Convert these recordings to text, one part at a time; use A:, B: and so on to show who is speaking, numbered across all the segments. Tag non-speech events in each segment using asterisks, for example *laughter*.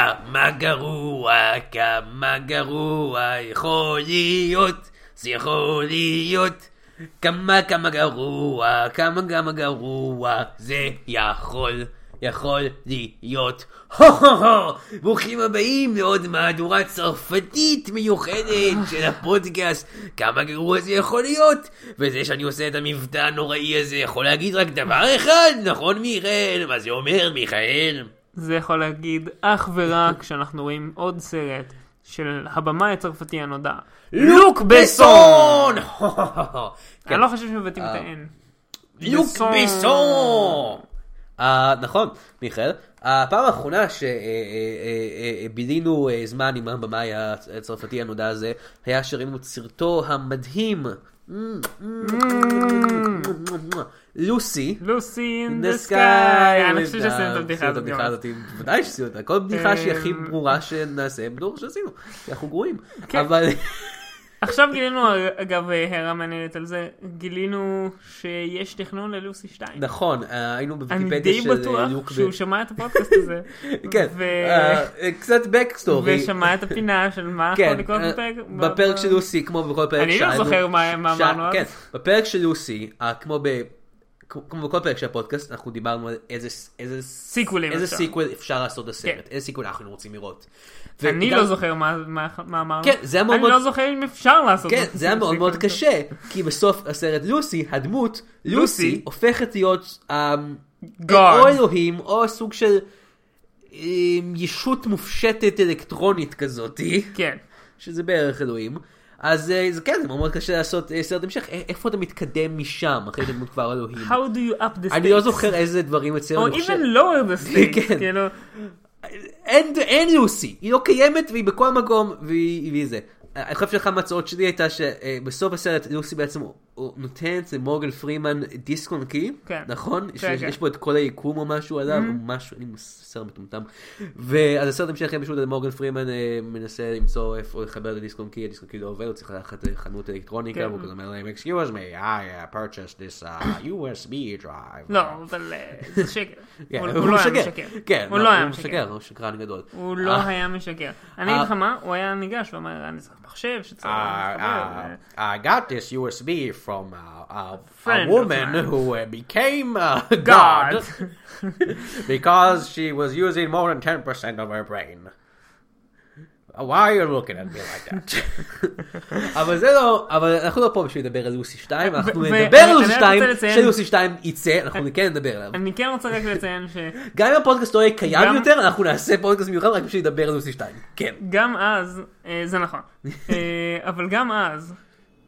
A: כמה גרוע, כמה גרוע יכול להיות, זה יכול להיות. כמה כמה גרוע, כמה כמה גרוע זה יכול, יכול להיות. הו הו הו! ברוכים הבאים לעוד מהדורה צרפתית מיוחדת של הפודקאסט. כמה גרוע זה יכול להיות? וזה שאני עושה את המבטא הנוראי הזה יכול להגיד רק דבר אחד, נכון מיכאל? מה זה אומר מיכאל?
B: זה יכול להגיד אך ורק כשאנחנו רואים עוד סרט של הבמאי הצרפתי הנודע.
A: לוק *laughs* בסון! כן, אה.
B: אני לא חושב שמבטאים את ה-N.
A: לוק
B: בסון.
A: בסון! אה, נכון, מיכאל. הפעם האחרונה אה, שבילינו אה, זמן עם הבמאי הצרפתי הנודע הזה, היה שראינו את סרטו המדהים, לוסי.
B: לוסי
A: In
B: אין
A: the
B: דה
A: sky.
B: סקאי. אני חושב שעשינו את
A: אתה-
B: הבדיחה
A: עשינו
B: הזאת. גם.
A: הזאת. בוודאי שעשינו אותה. כל בדיחה שהיא הכי
B: אמ,
A: ברורה שנעשה, בדור שעשינו. כי אנחנו גרועים.
B: כן.
A: אבל...
B: עכשיו גילינו, אגב, הערה מעניינת על זה, גילינו שיש תכנון ללוסי 2.
A: נכון, אה, היינו
B: אני
A: בוויקיפדיה
B: די
A: של אה, לוק
B: בטוח שהוא
A: ב-
B: שמע את הפודקאסט הזה.
A: *laughs* כן,
B: ו-
A: אה, קצת בקסטורי.
B: ושמע את הפינה של
A: *laughs*
B: מה יכול
A: כן,
B: לקרות
A: אה,
B: בפרק.
A: בפרק של לוסי, כמו בכל פרק
B: אני לא
A: שאלנו-
B: זוכר מה מה
A: שא-
B: אמרנו אז.
A: כן, בפרק של לוסי, אה, כמו ב... כמו בכל פרק של הפודקאסט, אנחנו דיברנו על איזה איזה
B: סיקוולים
A: איזה
B: אפשר.
A: סיקוול אפשר לעשות לסרט,
B: כן.
A: איזה סיקוול אנחנו רוצים לראות.
B: אני
A: וגם-
B: לא זוכר מה- מה מה אמרנו.
A: כן, זה היה מאוד
B: אני
A: מאוד-
B: לא זוכר אם אפשר לעשות
A: כן,
B: את
A: זה היה מאוד מאוד קשה, כי בסוף הסרט לוסי, הדמות, לוסי,
B: לוסי,
A: הופכת להיות אה,
B: God.
A: או אלוהים, או סוג של אה, ישות מופשטת אלקטרונית כזאתי.
B: כן.
A: שזה בערך אלוהים. אז אה, זה כן, זה מאוד מאוד קשה לעשות אה, סרט המשך. אה, איפה אתה מתקדם משם, אחרי שאתה דמות כבר אלוהים?
B: How do you up the stakes?
A: אני לא זוכר איזה דברים אצלנו.
B: או
A: אני חושב-
B: even lower
A: *laughs*
B: the
A: כן.
B: stakes. כאילו,
A: אין, אין לוסי, היא לא קיימת והיא בכל מקום והיא, והיא זה. אני חושב שאחת מההצעות שלי הייתה שבסוף הסרט לוסי בעצם הוא- הוא נותנת למורגן פרימן דיסק און קי,
B: כן.
A: נכון?
B: כן,
A: שיש
B: כן. Mm-hmm.
A: יש פה את כל היקום או משהו עליו, או משהו, אני סרט מטומטם. ואז הסרט המשך היה פשוט על מורגן פרימן אה, מנסה למצוא איפה לחבר לדיסק און קי, הדיסק און קי לא עובד, הוא צריך ללכת לחנות אלקטרוניקה,
B: כן.
A: והוא כזה אומר להם, excuse me, I uh, purchased this uh, *coughs* USB drive.
B: לא, אבל אה, זה שקר.
A: *laughs* כן,
B: הוא הוא לא היה משקר.
A: כן,
B: הוא
A: לא,
B: לא היה
A: משקר,
B: משקר.
A: הוא שקרן גדול.
B: הוא
A: אה,
B: לא היה משקר. אני
A: אה.
B: אגיד לך מה, הוא היה ניגש ואומר, אני צריך מחשב שצריך... להתחבר."
A: Uh, I got this USB from uh, a, a, a
B: Friend of
A: woman
B: mine.
A: who uh, became uh, *laughs* God
B: God.
A: because she was using more than 10% of her brain. Uh, Why are you looking at me like
B: *laughs*
A: that? אבל זה לא, אבל אנחנו לא פה בשביל לדבר על לוסי 2, אנחנו
B: ו-
A: נדבר
B: אני-
A: על לוסי
B: אני רק
A: 2,
B: רוצה לציין-
A: שלוסי 2 יצא, אנחנו כן נדבר עליו.
B: *laughs* אני כן רוצה רק לציין
A: גם אם הפודקאסט לא יהיה קיים
B: גם-
A: יותר, אנחנו נעשה פודקאסט מיוחד רק בשביל לדבר על לוסי 2. כן.
B: שגם אז, אה, זה נכון,
A: *laughs*
B: אה, אבל גם אז,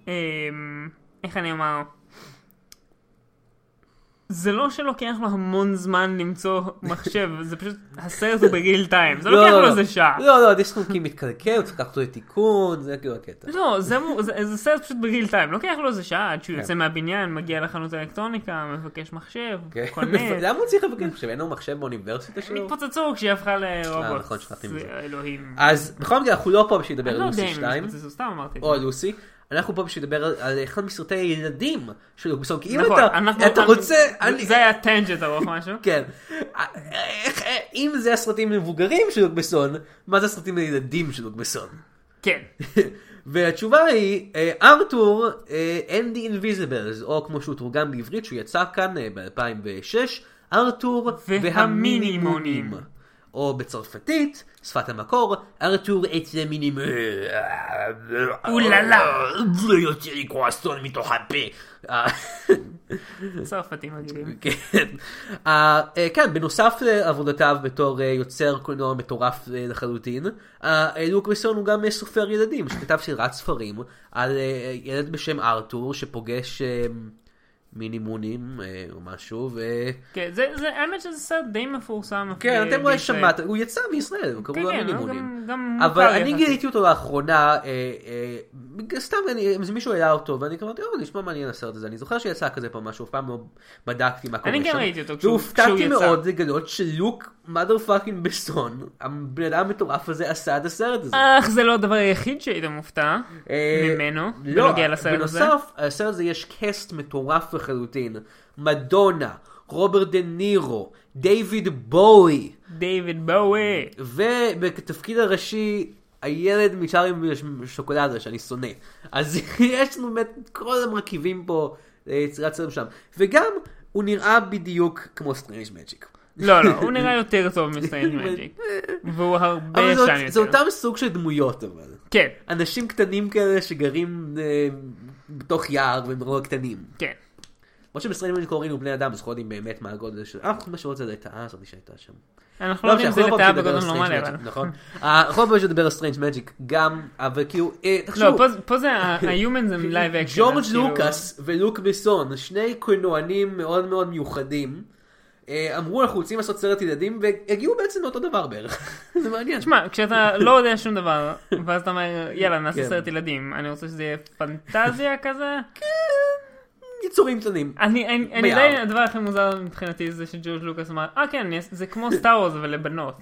B: אה, איך אני אומר, זה לא שלוקח לו המון זמן למצוא
A: *laughs*
B: מחשב, זה פשוט, הסרט הוא בגיל טיים, זה לוקח לו איזה שעה.
A: לא, לא, דיסקונקי מתקלקל, צריך לקחת אותו לתיקון, זה כאילו הקטע.
B: לא, זה, מו- זה, זה סרט פשוט בגיל טיים, לוקח לו איזה שעה
A: כן.
B: עד שהוא יוצא מהבניין, מגיע לחנות אלקטרוניקה, מבקש מחשב,
A: כן.
B: קונה.
A: *laughs* למה הוא צריך לבקש מחשב? אין לו מחשב באוניברסיטה שלו?
B: התפוצצו כשהיא הפכה
A: אה,
B: לרובוט.
A: נכון, שכחתי מזה.
B: זה אלוהים.
A: אז בכל מקרה, אנחנו לא פה בשביל לדבר
B: אני
A: על
B: לא יודע
A: לוסי
B: אם הם
A: 2,
B: התפוצצו, סתם אמרתי. את
A: או
B: זה.
A: על לוסי, אנחנו פה בשביל לדבר על- על אחד מסרטי הילדים של לוקסון, כי אם
B: נכון,
A: אתה-
B: אנחנו-
A: אתה
B: אנחנו-
A: רוצה... אני-
B: זה היה טנג'ט ארוך משהו. *laughs*
A: כן. איך- אם זה הסרטים למבוגרים של לוקבסון, מה זה הסרטים לילדים של לוקבסון?
B: כן.
A: *laughs* והתשובה היא, אה, ארתור אה, and the Invisibles, או כמו שהוא תורגם בעברית, שהוא יצא כאן ב-2006, ארתור והמינימונים.
B: והמינימונים.
A: או בצרפתית, שפת המקור, ארתור את המינימון.
B: אוללה.
A: לא יוצא לי קרואסון מתוך הפה. אה,
B: צרפתים רגילים.
A: *laughs* כן. אה, אה, כן, בנוסף לעבודותיו בתור אה, יוצר קולנוע מטורף אה, לחלוטין, אה, אה, לוק מסון הוא גם אה, סופר ילדים, שכתב סדרת ספרים על אה, ילד בשם ארתור שפוגש אה, מינימונים אה, או משהו, ו...
B: כן, זה, זה, האמת שזה סרט די מפורסם. אה,
A: כן,
B: ב-
A: אתם אולי
B: בישראל.
A: שמעתם, הוא יצא מישראל, הוא קראו
B: כן,
A: לו
B: כן, הוא
A: מינימונים.
B: גם, גם
A: אבל
B: מוכר
A: אני
B: יחסית.
A: גיליתי אותו לאחרונה, אה, אה, סתם אני- איזה מישהו העלה אותו, ואני אמרתי, או, נשמע מעניין הסרט הזה, אני זוכר שיצא כזה פעם משהו, אף פעם לא בדקתי מה קורה
B: אני
A: שם.
B: גם ראיתי אותו כשהוא- כשהוא
A: והופתעתי
B: יצא.
A: מאוד לגלות שלוק mother fucking בסון, הבן אדם המטורף הזה עשה את הסרט הזה.
B: אך זה לא הדבר היחיד שהיית מופתע
A: אה,
B: ממנו,
A: לא,
B: בנוגע לסרט הזה.
A: בנוסף, הסרט הזה יש קאסט מטורף לחלוטין. מדונה, רוברט דה נירו, דיוויד בואי,
B: דיוויד בואי.
A: ובתפקיד הראשי, הילד נשאר עם שוקולדה שאני שונא. אז *laughs* יש לנו באמת את כל המרכיבים פה ליצירת סרט שם. וגם, הוא נראה בדיוק כמו סטרנג' מג'יק.
B: לא, לא, הוא נראה יותר טוב מסטרנג' מג'יק. והוא הרבה
A: אבל זה,
B: ישן
A: זה
B: יותר.
A: אותם סוג של דמויות אבל.
B: כן,
A: אנשים קטנים כאלה שגרים אה, בתוך יער והם נורא קטנים.
B: כן.
A: כמו שבסטרנג' מג'יק קוראים באמת בני אדם, אז אנחנו לא יודעים באמת מה הגודל של... אף אחד מהשאלות זה הייתה הזאת שהייתה שם.
B: אנחנו לא יודעים אם זה
A: אנחנו לא
B: לטאה
A: פעם
B: בגודל
A: שנדבר על
B: נורמלי,
A: Strange
B: אבל...
A: Magic, נכון. אה, אנחנו לא פעם שנדבר על סטרנג' מג'יק גם, אבל כאילו, אה,
B: לא,
A: תחשוב,
B: פה זה- פה זה
A: *laughs*
B: ה-Humans הם לייב אקשן.
A: ג'ורג' לוקאס ולוק בסון, שני קולנוענים מאוד מאוד מיוחדים, אה, אמרו אנחנו רוצים לעשות סרט ילדים, והגיעו בעצם לאותו דבר בערך. *laughs* זה מעניין.
B: תשמע, כשאתה לא יודע שום דבר, ואז אתה אומר, יאללה, נעשה
A: כן.
B: סרט ילדים, אני רוצה שזה יהיה פנטזיה כזה.
A: יצורים אה, קטנים.
B: אני, אני, אני
A: ביער.
B: עדיין, הדבר הכי מוזר מבחינתי זה שג'ורג' לוקאס אמר, אה כן, אני אעשה- זה כמו סטאר וורז אבל לבנות.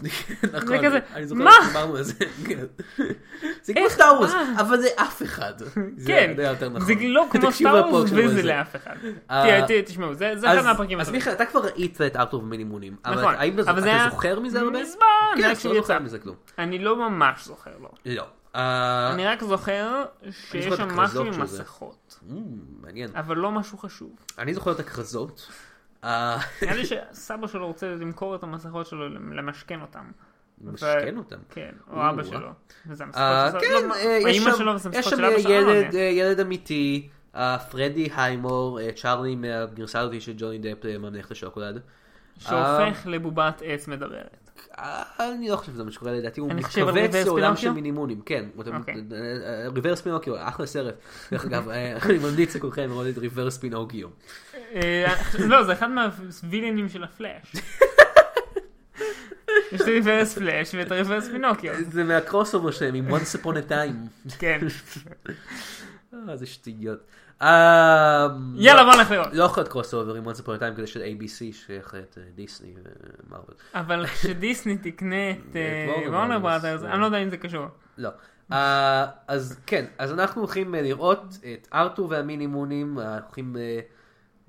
A: נכון,
B: אה, כזה,
A: אני זוכר
B: מה?
A: שדיברנו על זה. *laughs* כן. זה כמו
B: איך-
A: סטאר וורס,
B: אה.
A: אבל זה אף
B: *laughs*
A: אחד. זה-
B: כן,
A: זה היה יותר נכון.
B: זה לא כמו
A: תקשיבו
B: סטאר וורז
A: לפרק שלנו על
B: וזה
A: זה.
B: לאף אחד.
A: אה,
B: תראה, תראה, תשמעו, זה זה אחד
A: אז-
B: מהפרקים
A: אז
B: הטובים.
A: מיכאל, אתה כבר ראית את ארתור במינימונים. אבל
B: נכון,
A: האם אתה
B: אבל זה היה
A: אתה זוכר מזה הרבה?
B: מזמן, זה היה
A: כן, אתה
B: כשהוא
A: לא זוכר
B: יצא.
A: מזה כלום.
B: אני לא ממש זוכר לו.
A: לא. אה,
B: אני רק זוכר שיש
A: זוכר את
B: שם משהו
A: הכרזות
B: עם
A: של זה.
B: מסכות,
A: אמ, מעניין.
B: אבל לא משהו חשוב.
A: אני זוכר את הכרזות. אה,
B: נראה לי שסבא שלו רוצה למכור את המסכות שלו, למשכן אותם.
A: משכן אותם.
B: כן, או אבא
A: או-אה.
B: שלו. וזה המסכות
A: אה,
B: שלו.
A: כן,
B: לא,
A: אה, יש
B: האמא
A: שם-
B: שלו וזה
A: יש
B: המסכות
A: שם
B: של אבא שלו. לא
A: ילד,
B: מעניין.
A: אה, ילד אמיתי, אה, פרדי היימור, אה, צ'ארלי מהגרסה הזאת של ג'וני דפ אה, ממלכת השוקולד.
B: שהופך לבובת
A: *laughs*
B: עץ מדברת.
A: אה, אני לא חושב שזה מה שקורה לדעתי, הוא
B: אני חושב על
A: מתכווץ
B: ריברס
A: לעולם של
B: פינוקיו?
A: מינימונים, כן, הוא-
B: אוקיי.
A: אה, אה, ריברס פינוקיו, אחלה סרט, דרך אגב, אה, *laughs* אני ממליץ לכולכם לראות את ריברס פינוקיו.
B: אה, לא, זה אחד מהווילנים של
A: *laughs*
B: הפלאש. יש את ריברס פלאש ואת ריברס פינוקיו.
A: זה מהקרוס אובר שלהם, עם once upon a time. *laughs*
B: כן.
A: אה, איזה שטויות. אה,
B: יאללה,
A: לא-
B: בוא נלך לראות.
A: לא יכול להיות קרוס אובר עם once upon a time כזה של ABC, שייך את אה, דיסני ומרוויל.
B: אבל כשדיסני תקנה את
A: וורנר
B: וורנר
A: בראדרס,
B: בראדרס,
A: אה.
B: אני לא יודע אם זה קשור.
A: לא. אה, אז כן, אז אנחנו הולכים אה, לראות את ארתור והמינימונים, אנחנו הולכים אה,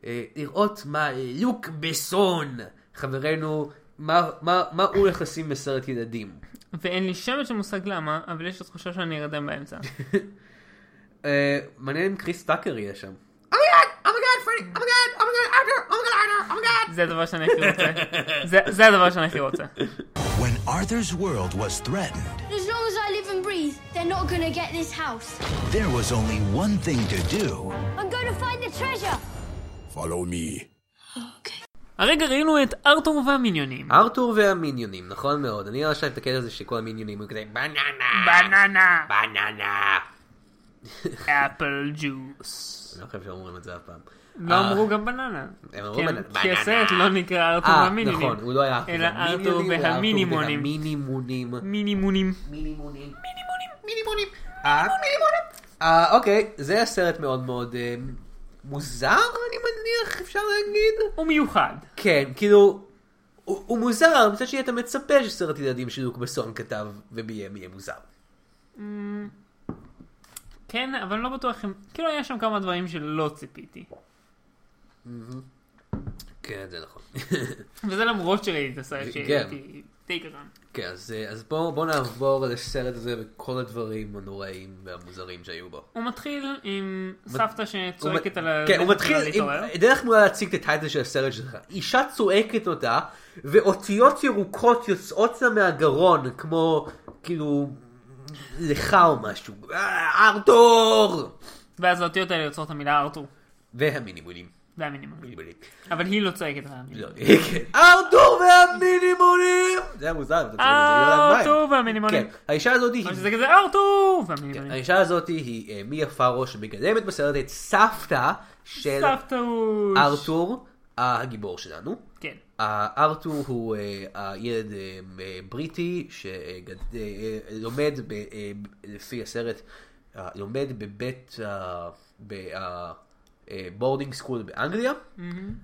A: אה, לראות מה אה, לוק בסון, חברנו, מה מה- מה הוא הולך לשים בסרט ילדים.
B: ואין לי שמץ של מושג למה, אבל יש לי תחושה שאני ארדם באמצע.
A: אה, מעניין אם קריס טאקר יהיה שם. אומייגאד, אומייגאד, פרדי, אומייגאד, אומייגאד, ארתור, אומייגאד, ארתור, אומייגאד.
B: זה הדבר שאני הכי רוצה.
A: *laughs*
B: זה- זה הדבר שאני הכי רוצה.
C: When Arthur's world was threatened,
D: As long as I live and breathe, they're not gonna get this house.
C: there was only one thing to do.
D: I'm gonna find the treasure.
C: Follow me.
B: הרגע ראינו את ארתור והמיניונים.
A: ארתור והמיניונים, נכון מאוד. אני ממש אוהב את הקטע הזה שכל המיניונים היו כזה בננה,
B: בננה,
A: בננה.
B: אפל ג'וס.
A: אני לא חושב שאומרים את זה אף פעם.
B: לא אמרו גם בננה.
A: אה. הם אמרו
B: כן,
A: בננה.
B: כי הסרט
A: בננה.
B: לא נקרא ארתור
A: אה,
B: והמיניונים.
A: נכון, הוא לא היה
B: אלא
A: המיניונים,
B: ארתור
A: הוא היה ארתור
B: והמינימונים.
A: והמינימונים.
B: מינימונים.
A: מינימונים. מינימונים. אה, אה, אוקיי, זה סרט מאוד מאוד אה, מוזר, אני מניח, אפשר להגיד.
B: הוא מיוחד.
A: כן, כאילו, הוא הוא מוזר, מצד שני אתה מצפה שסרט ילדים שלוק בסון כתב וביים יהיה מוזר.
B: כן, אבל לא בטוח אם... כאילו היה שם כמה דברים שלא ציפיתי.
A: כן, זה נכון. *laughs*
B: וזה למרות שראיתי את הסרט
A: כן.
B: שהייתי די קטן.
A: כן, אז, אה, אז בואו בוא נעבור לסרט הזה וכל הדברים הנוראים והמוזרים שהיו בו.
B: הוא מתחיל עם סבתא
A: הוא
B: שצועקת
A: מת-
B: על ה...
A: כן, הוא מתחיל
B: על להתעורר.
A: עם דרך מעולה להציג את הטייטל של הסרט שלך. אישה צועקת אותה, ואותיות ירוקות יוצאות לה מהגרון, כמו, כאילו, לך או משהו. אה, ארתור!
B: ואז האותיות האלה יוצרות את המילה ארתור.
A: והמינימונים.
B: והמינימום.
A: מינימונים.
B: אבל היא לא צועקת על
A: לא,
B: *laughs* המינימום.
A: כן. ארתור והמינימונים! זה היה מוזר, אתה צועק את זה,
B: Uh,
A: היא לא יודעת מה הם.
B: ארתור והמינימונים.
A: כן, האישה הזאת היא...
B: אבל שזה כזה ארתור והמינימונים.
A: האישה הזאת היא אה, מיה פארו שמגלמת בסרט את סבתא של
B: סבתא הוא...
A: כן. ארתור, אה, הגיבור שלנו.
B: כן.
A: אה, ארתור הוא אה, הילד אה, אה, בריטי אה, שלומד אה, לפי הסרט, אה, לומד בבית, אה, בבורדינג סקול אה, באנגליה,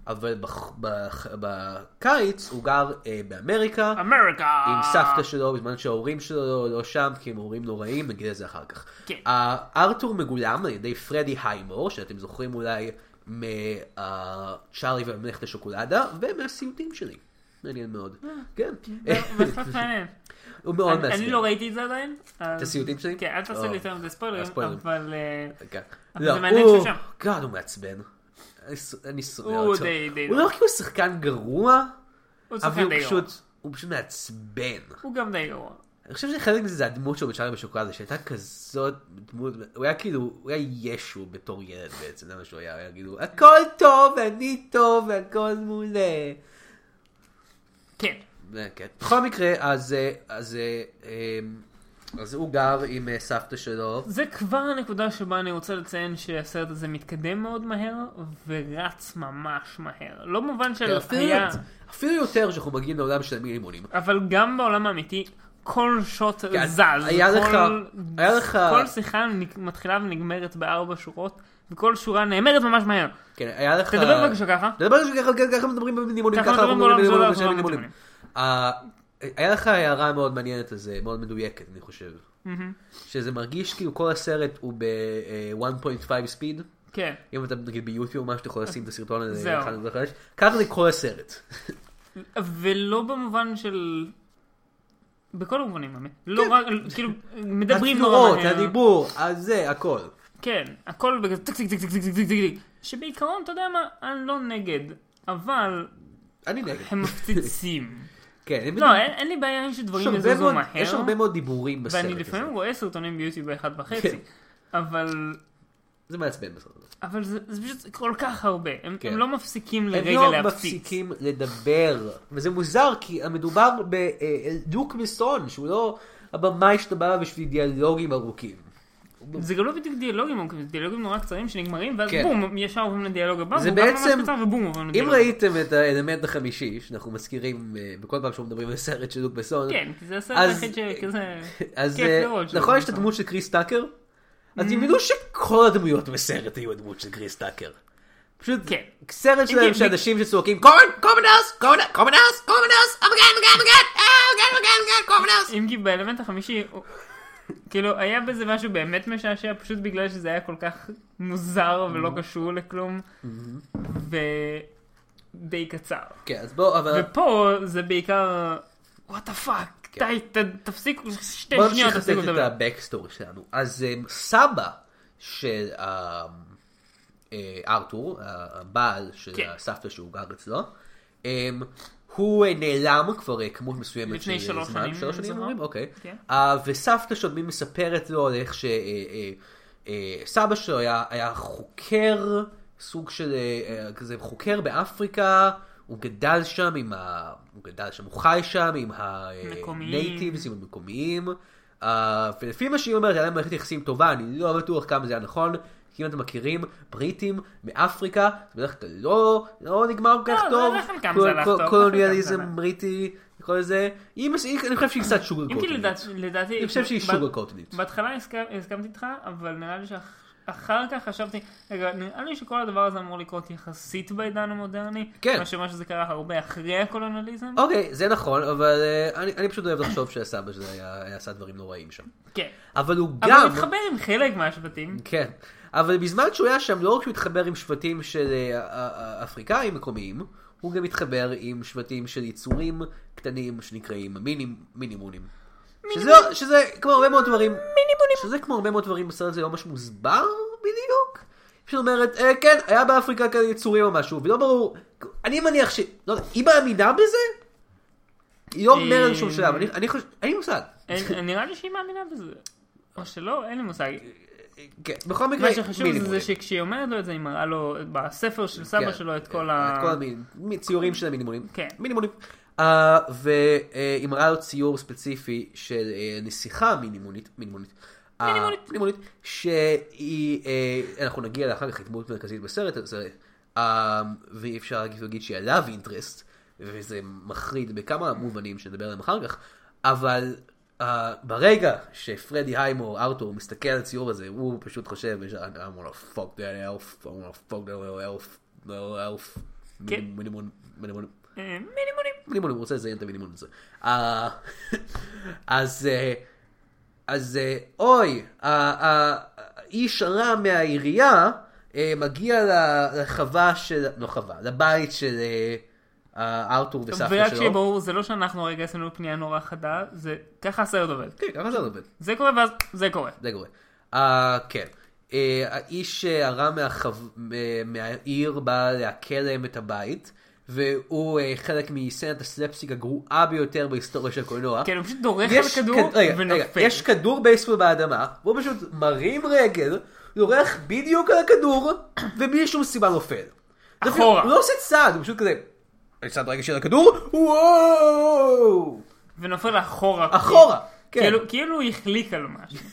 A: אבל בח- בח- בקיץ הוא גר אה, באמריקה.
B: אמריקה!
A: עם סבתא שלו בזמן שההורים שלו לא שם כי הם הורים נוראים, נגיד את זה אחר כך.
B: כן.
A: אה, ארתור מגולם על ידי פרדי היימור, שאתם זוכרים אולי מהצ'ארלי וממלכת השוקולדה ומהסיוטים שלי. מעניין מאוד.
B: אה,
A: כן. *laughs*
B: בהחלט מעניין.
A: הוא מאוד
B: לא, אני-
A: מעצבן.
B: אני לא ראיתי את זה עדיין. את
A: הסיוטים שלי?
B: כן, אל תעשה
A: או.
B: לי יותר מזה ספוילרים,
A: הספוילרים.
B: אבל... אה,
A: כן.
B: אבל
A: לא,
B: זה מעניין
A: הוא-
B: שהוא שם.
A: God, הוא מעצבן. אני ש- אני שונא
B: הוא
A: אותו.
B: די- די
A: הוא
B: לא.
A: לא כי הוא שחקן גרוע, אבל
B: הוא שחקן
A: הוא
B: די גרוע.
A: פשוט, הוא פשוט מעצבן.
B: הוא גם די גרוע.
A: אני חושב שחלק מזה זה הדמות שלו בצ'ארלי בשוקולד, שהייתה כזאת דמות, הוא היה כאילו, הוא היה ישו בתור ילד בעצם, זה מה שהוא היה, הוא היה כאילו, הכל טוב, אני טוב, הכל מעולה.
B: כן.
A: זה כן. בכל מקרה, אז, אה, אז, אה, אמ, אז הוא גר עם אה, סבתא שלו.
B: זה כבר הנקודה שבה אני רוצה לציין שהסרט הזה מתקדם מאוד מהר, ורץ ממש מהר. לא במובן של
A: אפילו,
B: היה...
A: כן, אפילו יותר שאנחנו מגיעים לעולם של המילים עונים.
B: אבל גם בעולם האמיתי, כל שוט
A: כן,
B: זז.
A: היה
B: כל-
A: לך- היה לך-
B: כל שיחה נג- מתחילה ונגמרת בארבע שורות, וכל שורה נאמרת ממש מהר.
A: כן, היה לך...
B: תדבר בבקשה ככה.
A: תדבר בבקשה ככה, כן, ככה מדברים במילים עונים,
B: ככה
A: ככה אנחנו
B: מדברים בעולם לא
A: מדברים
B: של
A: בעולם
B: העולם
A: של המילים
B: של
A: עונים. אה, היה לך הערה מאוד מעניינת על זה, מאוד מדויקת, אני חושב. שזה מרגיש כאילו כל הסרט הוא אה, ב-1.5 ספיד.
B: כן.
A: אם אתה נגיד ביוטיוב או משהו, אתה יכול לשים את הסרטון הזה
B: זהו.
A: אחד לדרך חדש. ככה זה כל הסרט.
B: ולא במובן של... בכל המובנים, האמת. לא רק, כאילו, מדברים נורא
A: כן. התנועות,
B: מהר.
A: הדיבור, הזה, הכל.
B: כן, הכל בגלל טק טק טק טק טק טק טק טק. שבעיקרון, אתה יודע מה, אני לא נגד, אבל
A: אני נגד.
B: הם מפציצים.
A: *laughs* כן, הם-
B: לא, אין- אין לי בעיה
A: יש
B: שדברים
A: הרבה
B: יזוזו
A: מאוד-
B: מהר.
A: יש הרבה מאוד דיבורים בסרט
B: ואני
A: הזה.
B: לפעמים רואה סרטונים ביוטיוב באחד
A: כן.
B: וחצי, אבל...
A: זה מעצבן בסרט הזה.
B: אבל זה, זה פשוט כל כך הרבה, הם,
A: כן.
B: הם לא מפסיקים
A: הם
B: לרגע
A: לא
B: להפסיק.
A: מפסיקים לדבר, וזה מוזר כי מדובר בדוק מסון, שהוא לא הבמאי שאתה בא בשביל דיאלוגים ארוכים.
B: זה גם לא בדיוק דיאלוגים, הם דיאלוגים נורא קצרים שנגמרים, ואז
A: כן.
B: בום, ישר עוברים לדיאלוג הבא,
A: זה
B: והוא גם
A: בעצם-
B: ממש קצר ובום עוברים
A: אם
B: לדיאלוג.
A: ראיתם את האלמנט החמישי, שאנחנו מזכירים אה, בכל פעם שאנחנו מדברים על סרט של דוק מסון,
B: כן, כי זה הסרט
A: אז-
B: היחיד שכזה...
A: אז
B: כיף
A: אה,
B: לראות שזה
A: נכון יש את
B: בסוף.
A: הדמות של קריס טאקר? אז
B: Mm.
A: תלמדו שכל הדמויות בסרט היו הדמות של קריס טאקר. פשוט
B: כן.
A: סרט שלהם
B: כן,
A: של
B: ו-
A: אנשים שצועקים קורן, קומנס, קורן, קומנס, קומנס, אמגן, אמגן, אמגן, אמגן, אמגן, קומנס.
B: אם כי באלמנט החמישי, הוא- כאילו, היה בזה משהו באמת משעשע, פשוט בגלל שזה היה כל כך מוזר ולא
A: Mm-hmm.
B: קשור לכלום, ודי קצר.
A: כן, אז בואו, אבל...
B: ופה זה בעיקר, וואט דה פאק, די, ת- תפסיקו, שתי
A: כן. בוא
B: שניות
A: נמשיך לתת
B: תפסיקו
A: את
B: לדבר.
A: הבקסטורי שלנו. אז אמ, סבא של אה, אה, ארתור, ה- הבעל של
B: כן.
A: הסבתא שהוא גר אצלו, אמ, הוא אה, נעלם כבר אה, כמות מסוימת
B: לפני
A: של
B: שלוש
A: זמן.
B: שנים,
A: שלוש
B: אני
A: שנים
B: זוכר.
A: אומרים? אוקיי.
B: כן.
A: אה, וסבתא שלו תמיד מספרת לו על איך ש... אה, אה, אה, סבא שלו היה, היה חוקר, סוג של אה, אה, כזה חוקר באפריקה, הוא גדל שם עם ה... הוא גדל שם, הוא חי שם עם
B: מקומיים.
A: ה-natives, עם המקומיים. Uh, ולפי מה שהיא אומרת, היה להם מערכת יחסים טובה, אני לא בטוח כמה זה היה נכון, כי אם אתם מכירים, בריטים מאפריקה, זה בדרך כלל לא, לא נגמר כל כך
B: לא,
A: טוב,
B: לא חלקם
A: קול-
B: זה
A: קול-
B: הלך טוב, לא חלקם זה
A: קולוניאליזם
B: הלך.
A: בריטי, כל זה, היא, מס- היא- אני חושב שהיא קצת שוגר
B: אם כי
A: קוטנית.
B: לדעת- לדעתי,
A: אני חושב שהיא
B: בת-
A: שוגר קוטנית.
B: בהתחלה הסכ- הסכמתי איתך, אבל נראה לי שאחר כך חשבתי, רגע, נראה לי שכל הדבר הזה אמור לקרות יחסית בעידן המודרני,
A: כן.
B: מאשר מה שזה קרה הרבה אחרי הקולונליזם.
A: אוקיי, זה נכון, אבל אה, אני אני פשוט אוהב לחשוב שהסבא שלו היה- היה עשה דברים נוראים שם.
B: כן.
A: אבל הוא
B: אבל
A: גם...
B: הוא מתחבר עם
A: *laughs*
B: חלק מהשבטים.
A: כן. אבל בזמן שהוא היה שם, לא רק שהוא התחבר עם שבטים של אה, אה, אה, אפריקאים מקומיים, הוא גם התחבר עם שבטים של יצורים קטנים שנקראים מינים, מינימונים. שזה, לא- שזה כמו הרבה מאוד דברים, מינימונים. שזה כמו הרבה מאוד דברים בסרט זה לא ממש מוסבר בדיוק. פשוט אומרת, אה, כן, היה באפריקה כאלה יצורים או משהו, ולא ברור, אני מניח ש... לא יודע, היא מאמינה בזה? היא לא אומרת שום
B: אה,
A: שלב, אני- אני חושב, אין לי מושג.
B: אין- נראה לי שהיא מאמינה בזה. או שלא, אין לי מושג.
A: כן, בכל מקרה,
B: מה שחשוב זה-
A: מינימונים.
B: זה שכשהיא אומרת לו את זה, היא מראה לו בספר של
A: כן,
B: סבא שלו את כל ה...
A: את כל המין- מין- ציורים של המינימונים.
B: כן.
A: מינימונים. אה, והיא מראה לו ציור ספציפי של אה, נסיכה מינימונית, מינימונית. אה,
B: מינימונית.
A: מינימונית, שהיא, אה, אנחנו נגיע לאחר כך לדמות מרכזית בסרט הזה, אה, ואי אפשר רק להגיד שהיא עליו אינטרסט, וזה מחריד בכמה מובנים שנדבר עליהם אחר כך, אבל אה, ברגע שפרדי היימור, ארתור, מסתכל על הציור הזה, הוא פשוט חושב, I'm gonna fuck that elf, I'm gonna fuck that little elf, little elf,
B: כן.
A: מינימון, מינימון.
B: אה, מינימונים.
A: מינימום, אני רוצה לזיין את המינימום הזה. אה, אז, אה, אז אה, אוי, ה- ה- האיש הרע אה, מהעירייה אה, מגיע ל- לחווה של, לא חווה, לבית של אה, אה, ארתור וסבתא
B: ורק שיהיה
A: שלו.
B: ברור, זה לא שאנחנו רגע עשינו פנייה נורא חדה, זה ככה הסרט עובד.
A: כן, ככה זה עובד.
B: זה קורה ואז זה קורה.
A: זה קורה. אה, כן. אה, האיש אה, הרע מהחו... אה, מהעיר בא לעקל להם את הבית, והוא אה, חלק מסצנת הסלפסיק הגרועה ביותר בהיסטוריה של קולנוע.
B: כן, הוא פשוט דורך על
A: יש
B: כדור
A: כד- רגע, רגע,
B: ונופל.
A: יש כדור בייסבול באדמה, והוא פשוט מרים רגל, דורך בדיוק על הכדור, ובלי שום סיבה נופל. זה אפילו-
B: אחורה.
A: הוא לא עושה צעד, הוא פשוט כזה... אני צעד רגל של הכדור, וואו!
B: ונופל אחורה.
A: אחורה! כן.
B: כאילו- כאילו הוא החליק על משהו.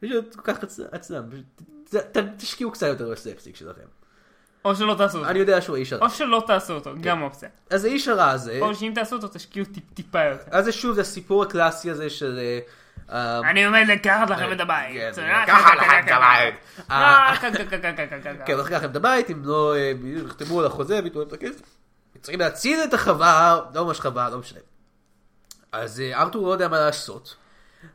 A: פשוט כל כך עצ- עצלן, פשוט ת- ת- תשקיעו קצת יותר בסלפסטיק שלכם.
B: או שלא תעשו אותו.
A: אני יודע שהוא האיש הרע.
B: או שלא תעשו אותו, גם אופציה.
A: אז האיש הרע הזה,
B: או שאם תעשו אותו תשקיעו טיפ-טיפה יותר.
A: אז זה שוב זה הסיפור הקלאסי הזה של... אה, אה,
B: אני עומד לקחת לכם את הבית.
A: כן,
B: אה,
A: לקחת
B: אה,
A: לכם את
B: אה,
A: הבית.
B: אה,
A: אה.
B: אה, אה, אה,
A: כן, לקח לכם את הבית, אם לא אה, בדיוק יחתמו על החוזה ויתנו להם את הכסף. צריכים להציל את החווה, לא ממש חווה, לא משנה. אז אה, ארתור לא יודע מה לעשות,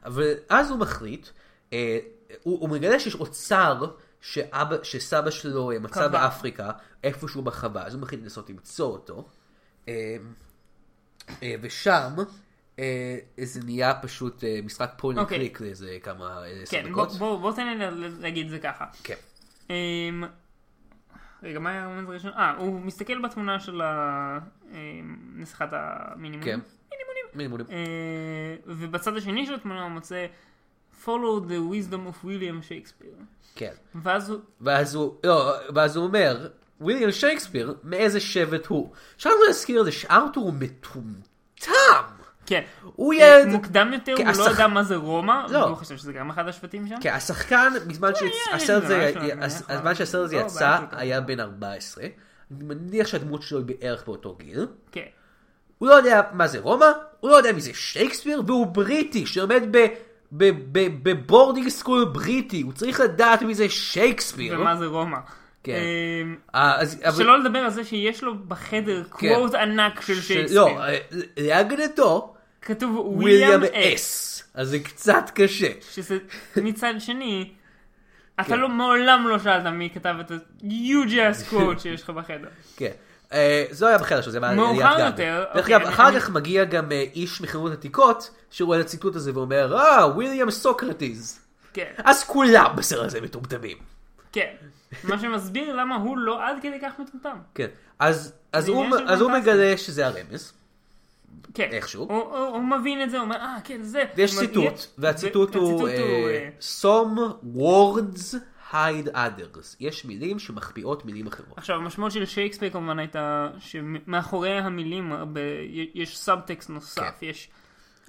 A: אבל אז הוא מחליט, אה, הוא, הוא מגלה שיש אוצר שאבא, שסבא שלו אה, מצא
B: קבע.
A: באפריקה, איפשהו בחווה, אז הוא מחליט לנסות למצוא אותו, אה, אה, ושם אה, זה נהיה פשוט אה, משחק פולנד
B: אוקיי.
A: קליק לאיזה כמה, אה, עשר
B: כן, בוא-
A: דקות.
B: בוא בוא תן לי ל- להגיד את זה ככה.
A: כן.
B: אמ, רגע, מה היה הרמז הראשון? אה, הוא מסתכל בתמונה של ה- אמ, נסחת המינימום.
A: כן. מינימונים.
B: אה, ובצד השני של התמונה הוא מוצא follow the wisdom of William Shakespeare.
A: כן.
B: ואז הוא,
A: ואז הוא, לא, ואז הוא אומר, וויליאם שייקספיר, מאיזה שבט הוא? אפשר לא להזכיר את זה שארתור הוא מטומטם!
B: כן,
A: הוא ילד...
B: מוקדם יותר הוא
A: כהשח-
B: לא ידע מה זה רומא,
A: לא.
B: והוא חושב שזה גם אחד השבטים שם.
A: כן, השחקן, בזמן
B: אה,
A: שהסרט הזה,
B: משהו, אני מניח,
A: הזמן שהסרט הזה
B: לא,
A: יצא,
B: בעיה של-
A: היה בן 14. אני מניח שהדמות שלו היא בערך באותו גיל.
B: כן.
A: הוא לא יודע מה זה רומא, הוא לא יודע מי זה שייקספיר, והוא בריטי, שעומד ב... ב- ב- בבורדינג סקול בריטי, הוא צריך לדעת מי זה שייקספיר.
B: ומה זה רומא.
A: כן.
B: אמ,
A: אה, אז- אבל-
B: שלא לדבר על זה שיש לו בחדר קוואט ענק של
A: ש-
B: שייקספיר.
A: לא, אה, להגנתו,
B: כתוב
A: וויליאם
B: וויליאם אס.
A: אס. אז זה קצת קשה.
B: שזה מצד שני, אתה
A: כן.
B: לא מעולם לא שאלת מי כתב את ה-huge
A: *laughs*
B: ass quote שיש לך בחדר.
A: כן. אה, זה לא היה בחדר שלו, זה היה
B: מאוחר
A: ליאת גבי.
B: יותר,
A: דרך
B: אוקיי,
A: אגב,
B: אני-
A: אחר
B: אני-
A: כך מגיע גם אה, איש מכירות עתיקות, שהוא על הציטוט הזה ואומר, אה, וויליאם סוקרטיז.
B: כן,
A: אז כולם בסרט הזה מטומטמים.
B: כן. מה שמסביר למה הוא לא עד כדי כך מטומטם.
A: כן. אז אז
B: זה
A: הוא
B: עניין של
A: אז הוא
B: פנטזיה.
A: מגלה שזה הרמז,
B: כן.
A: איכשהו.
B: הוא- הוא הוא מבין את זה, הוא אומר, אה, כן, זה.
A: ויש
B: הוא מגיע-
A: ציטוט, והציטוט
B: ו-
A: הוא
B: והציטוט אה,
A: Some words hide others. יש מילים שמחביאות מילים אחרות.
B: עכשיו, המשמעות של שייקספיר כמובן הייתה שמאחורי המילים הרבה, יש סאבטקסט נוסף,
A: כן.
B: יש...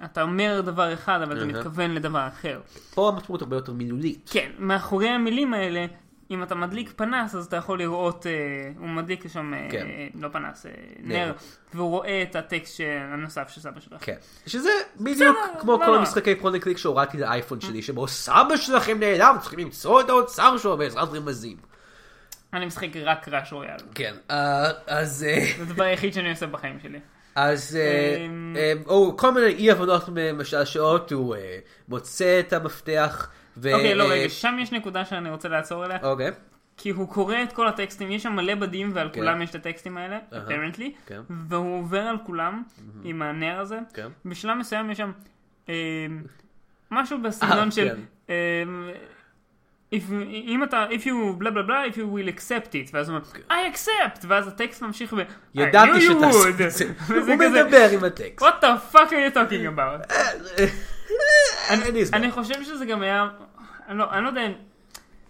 B: אתה אומר דבר אחד, אבל אתה
A: אהה.
B: מתכוון לדבר אחר.
A: פה המשמעות הרבה יותר מילולית.
B: כן, מאחורי המילים האלה, אם אתה מדליק פנס, אז אתה יכול לראות, אה, הוא מדליק שם, אה,
A: כן.
B: אה, לא פנס, אה,
A: נר.
B: נר, והוא רואה את הטקסט ש- הנוסף של סבא שלך.
A: כן. שזה בדיוק
B: בסדר,
A: כמו
B: לא
A: כל
B: נורא.
A: המשחקי פרונט קליק שהורדתי
B: Mm.
A: לאייפון שלי, שבו סבא שלכם נעלם, צריכים למצוא את האוצר שלו בעזרת רמזים.
B: אני משחק רק ראש רויאל.
A: כן, אה, אז... אה,
B: זה הדבר היחיד שאני עושה בחיים שלי.
A: אז... אה,
B: אמ,
A: אה, או כל מיני אי הבנות משעשעות, הוא אה, מוצא את המפתח, ו...
B: אוקיי, לא,
A: אה,
B: רגע, שם יש נקודה שאני רוצה לעצור עליה, *laughs*
A: אוקיי.
B: כי הוא קורא את כל הטקסטים, יש שם מלא בדים ועל
A: כן.
B: כולם יש את הטקסטים האלה, apparently,
A: כן.
B: והוא עובר על כולם עם הנר הזה.
A: כן.
B: בשלב מסוים יש שם אמ, משהו בסגנון
A: אה,
B: של...
A: כן.
B: אמ, If, אם אתה, if you בלה בלה בלה, if you will accept it, ואז הוא אומר, I accept, ואז הטקסט ממשיך ב, I knew
A: כן. ידעתי
B: you
A: שתעשה
B: would."
A: את זה.
B: וזה
A: הוא
B: כזה,
A: מדבר עם הטקסט.
B: what the fuck are you talking about?
A: אני- אני אסביר.
B: אני חושב שזה גם היה, אני לא, אני לא יודע, אם-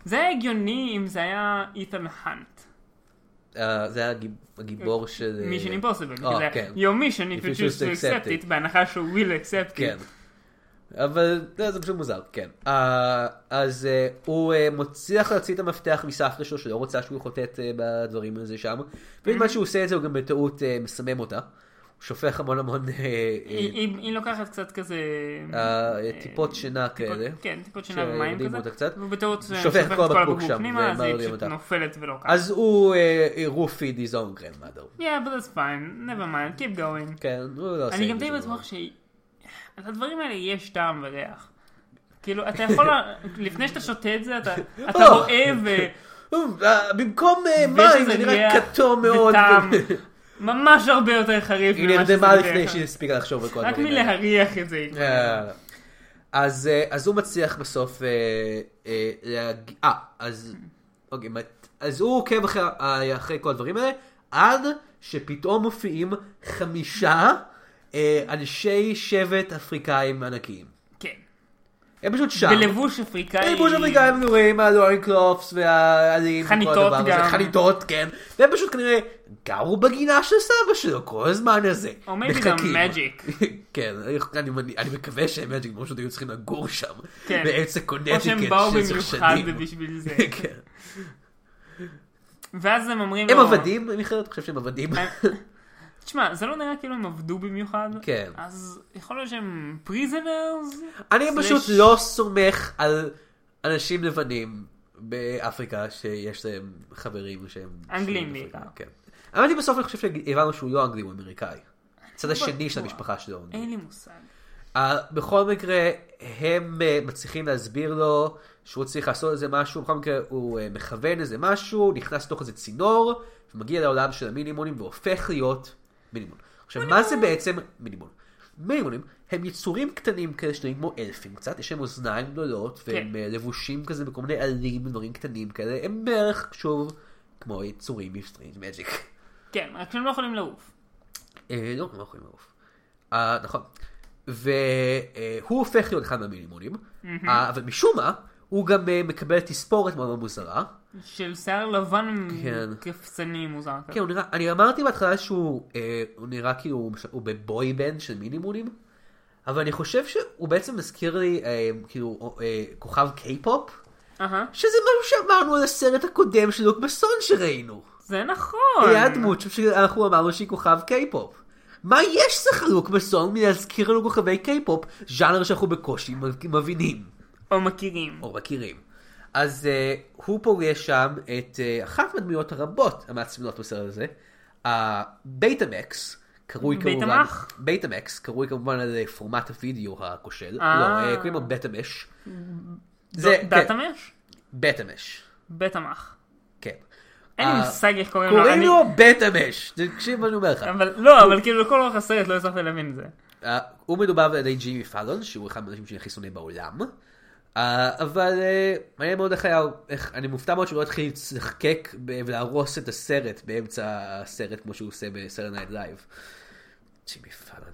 B: זה היה הגיוני אם זה היה איתן האנט,
A: אה, זה היה הגיב- הגיבור
B: כן.
A: של... אה,
B: מישן אימפוסיבל,
A: אה,
B: זה היה
A: כן.
B: your mission if you choose to accept it, בהנחה שהוא will accept
A: כן.
B: it.
A: אבל זה, זה פשוט מוזר, כן. Uh, אז uh, הוא uh, מצליח להוציא את המפתח מסבתא שלו, שלא רוצה שהוא יחוטט uh, בדברים הזה שם.
B: Mm-hmm.
A: ובזמן שהוא עושה את זה, הוא גם בטעות uh, מסמם אותה. הוא שופך המון המון uh,
B: היא- היא היא לוקחת קצת כזה...
A: uh, uh, טיפות שינה
B: טיפות-
A: כאלה.
B: כן, טיפות שינה במים
A: שיודעים
B: כזה.
A: אותה קצת.
B: ובטעות
A: שופך
B: אה, שופך את
A: כל
B: כל
A: הבקבוק
B: הבקבוק
A: שם,
B: פנימה, אז היא
A: ומערערים
B: פשוט
A: אותה.
B: נופלת ולא ככה.
A: אז הוא אה, רופי דיזון גרנדמדר.
B: Yeah, but that's fine, never mind, keep going.
A: כן, הוא לא עושה
B: אני
A: את
B: גם
A: זה
B: די
A: שום
B: בטוח
A: דבר.
B: ש... לדברים האלה יש טעם וריח. כאילו, אתה יכול, לה- לפני שאתה שותה את
A: *laughs*
B: זה, אתה אתה רואה ו...
A: אה, במקום אה,
B: ויש
A: מים
B: לזה
A: זה נראה
B: ריח
A: כתום מאוד. *laughs*
B: וטעם ממש הרבה יותר חריף
A: היא
B: ממה
A: נרדמה
B: שזה
A: לפני
B: בדרך
A: שהיא
B: כלל.
A: הספיקה לחשוב על כל
B: רק
A: הדברים האלה.
B: מלהריח את זה.
A: אה, אז, אה, אז הוא מצליח בסוף אה, אה, להג... אה, אז... אוקיי, מת- אז הוא עוקב אחרי, אה, אחרי כל הדברים האלה, עד שפתאום מופיעים חמישה אה, אנשי שבט אפריקאים ענקיים.
B: כן.
A: הם פשוט שם.
B: בלבוש אפריקאי.
A: כן. בלבוש אפריקאים נוראים, הלורן קלופס והעלים. וכל
B: חניתות
A: הדבר הזה.
B: גם.
A: חניתות, כן. והם פשוט כנראה גרו בגינה של סבא שלו כל הזמן הזה.
B: Or maybe they're magic.
A: *laughs* כן, אני, אני, אני מקווה שהם מג'יק, פשוט היו צריכים לגור שם.
B: כן.
A: בארץ הקונטיקט
B: או שהם באו
A: שזה
B: במיוחד
A: שנים.
B: בשביל זה.
A: *laughs* כן.
B: ואז הם אומרים
A: הם
B: לו...
A: עבדים, מיכאל? אתה חושב שהם עבדים?
B: לא. הם- תשמע, זה לא נראה כאילו הם עבדו במיוחד.
A: כן.
B: אז יכול להיות שהם פריזנרס?
A: אני
B: סלש-
A: פשוט לא סומך על אנשים לבנים באפריקה שיש להם חברים שהם...
B: אנגלים
A: שהם
B: בעיקר.
A: אפריקאים, כן. האמת היא בסוף אני חושב שהבנו שהוא לא אנגלי, הוא אמריקאי. הצד השני של
B: בטוח.
A: המשפחה שלו. הוא אנגלי.
B: אין לי מושג.
A: אה, בכל מקרה, הם אה, מצליחים להסביר לו שהוא צריך לעשות איזה משהו, בכל מקרה הוא אה, מכוון איזה משהו, נכנס לתוך איזה צינור, ומגיע לעולם של המינימונים והופך להיות מינימון. עכשיו, מה זה בעצם מינימון? מינימונים הם יצורים קטנים כאלה שנראים כמו אלפים קצת, יש להם אוזניים גדולות, והם
B: כן.
A: אה, לבושים כזה בכל מיני עלים, דברים קטנים כאלה, הם בערך, שוב, כמו יצורים מסטרינג' מג'יק.
B: כן, רק שהם לא יכולים לעוף.
A: אה, לא, הם לא יכולים לעוף. אה, נכון. והוא הופך להיות אחד מהמינימונים, אה, אבל משום מה, הוא גם אה, מקבל תספורת מאוד מאוד מוזרה.
B: של שיער לבן
A: כן.
B: קפצני מוזר. כזה.
A: כן, הוא נראה, אני אמרתי בהתחלה שהוא אה, הוא נראה כאילו הוא מש- הוא בבוי בן של מינימונים, אבל אני חושב שהוא בעצם מזכיר לי אה, כאילו אה, כוכב קיי-פופ,
B: אהה.
A: שזה משהו שאמרנו על הסרט הקודם של לוק בסון שראינו.
B: זה נכון.
A: היא הדמות שאנחנו אמרנו שהיא כוכב קיי-פופ. מה יש לך לוק בסונג מלהזכיר לנו כוכבי קיי-פופ, ז'אנר שאנחנו בקושי מב- מבינים
B: או מכירים.
A: או מכירים. אז uh, הוא פוגש שם את uh, אחת מהדמויות הרבות המעצבנות בסרט הזה, הבייטמקס, קרוי
B: בית
A: כמובן,
B: המח?
A: בייטמקס, קרוי כמובן על אה, פורמט הווידאו הכושל,
B: אה.
A: לא, אה, קוראים לו בטמש, זה,
B: זה...
A: כן,
B: דאטמש?
A: בטמש,
B: בית המח.
A: כן.
B: אין לי
A: אה,
B: מושג איך קוראים לו.
A: קוראים
B: לא, אני-
A: לו בטמש, תקשיב מה אני אומר לך.
B: אבל לא, אבל כאילו לכל אורך הסרט לא הצלחתי להבין את זה.
A: אה, הוא מדובר על ידי ג'ימי פאלון, שהוא אחד מהאנשים שהכי שונא בעולם. אה, אבל אה, מעניין מאוד איך היה, איך- אני מופתע מאוד שהוא לא התחיל לשחקק ב- ולהרוס את הסרט באמצע הסרט כמו שהוא עושה בסרט נייט לייב. ג'ימי פאלון.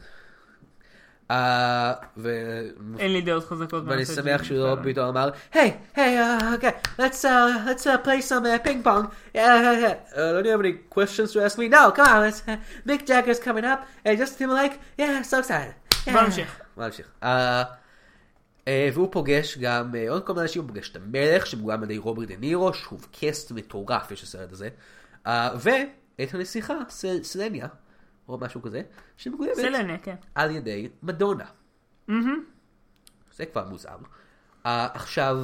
A: אה, ו-
B: אין לי דעות חזקות.
A: ואני
B: בנושא
A: שמח
B: של-
A: שהוא לא פתאום אמר, היי, היי, אוקיי, let's uh, let's uh, play some uh, ping pong. Uh, uh, uh, don't you have any questions to ask me? No, come on, let's, uh, Mick Jagger's coming up, and just feel like, yeah, so excited. Yeah."
B: בוא נמשיך.
A: בוא נמשיך. אה, אה, והוא פוגש גם אה, עוד כל מיני אנשים, הוא פוגש את המלך שמגולם על ידי רוברט דה נירו, שוב קסט מטורף יש לסרט הזה, אה, ואת הנסיכה, סל- סלניה, או משהו כזה, שמגולמת
B: סלניה, כן.
A: על ידי מדונה. זה כבר מוזר. Uh, עכשיו,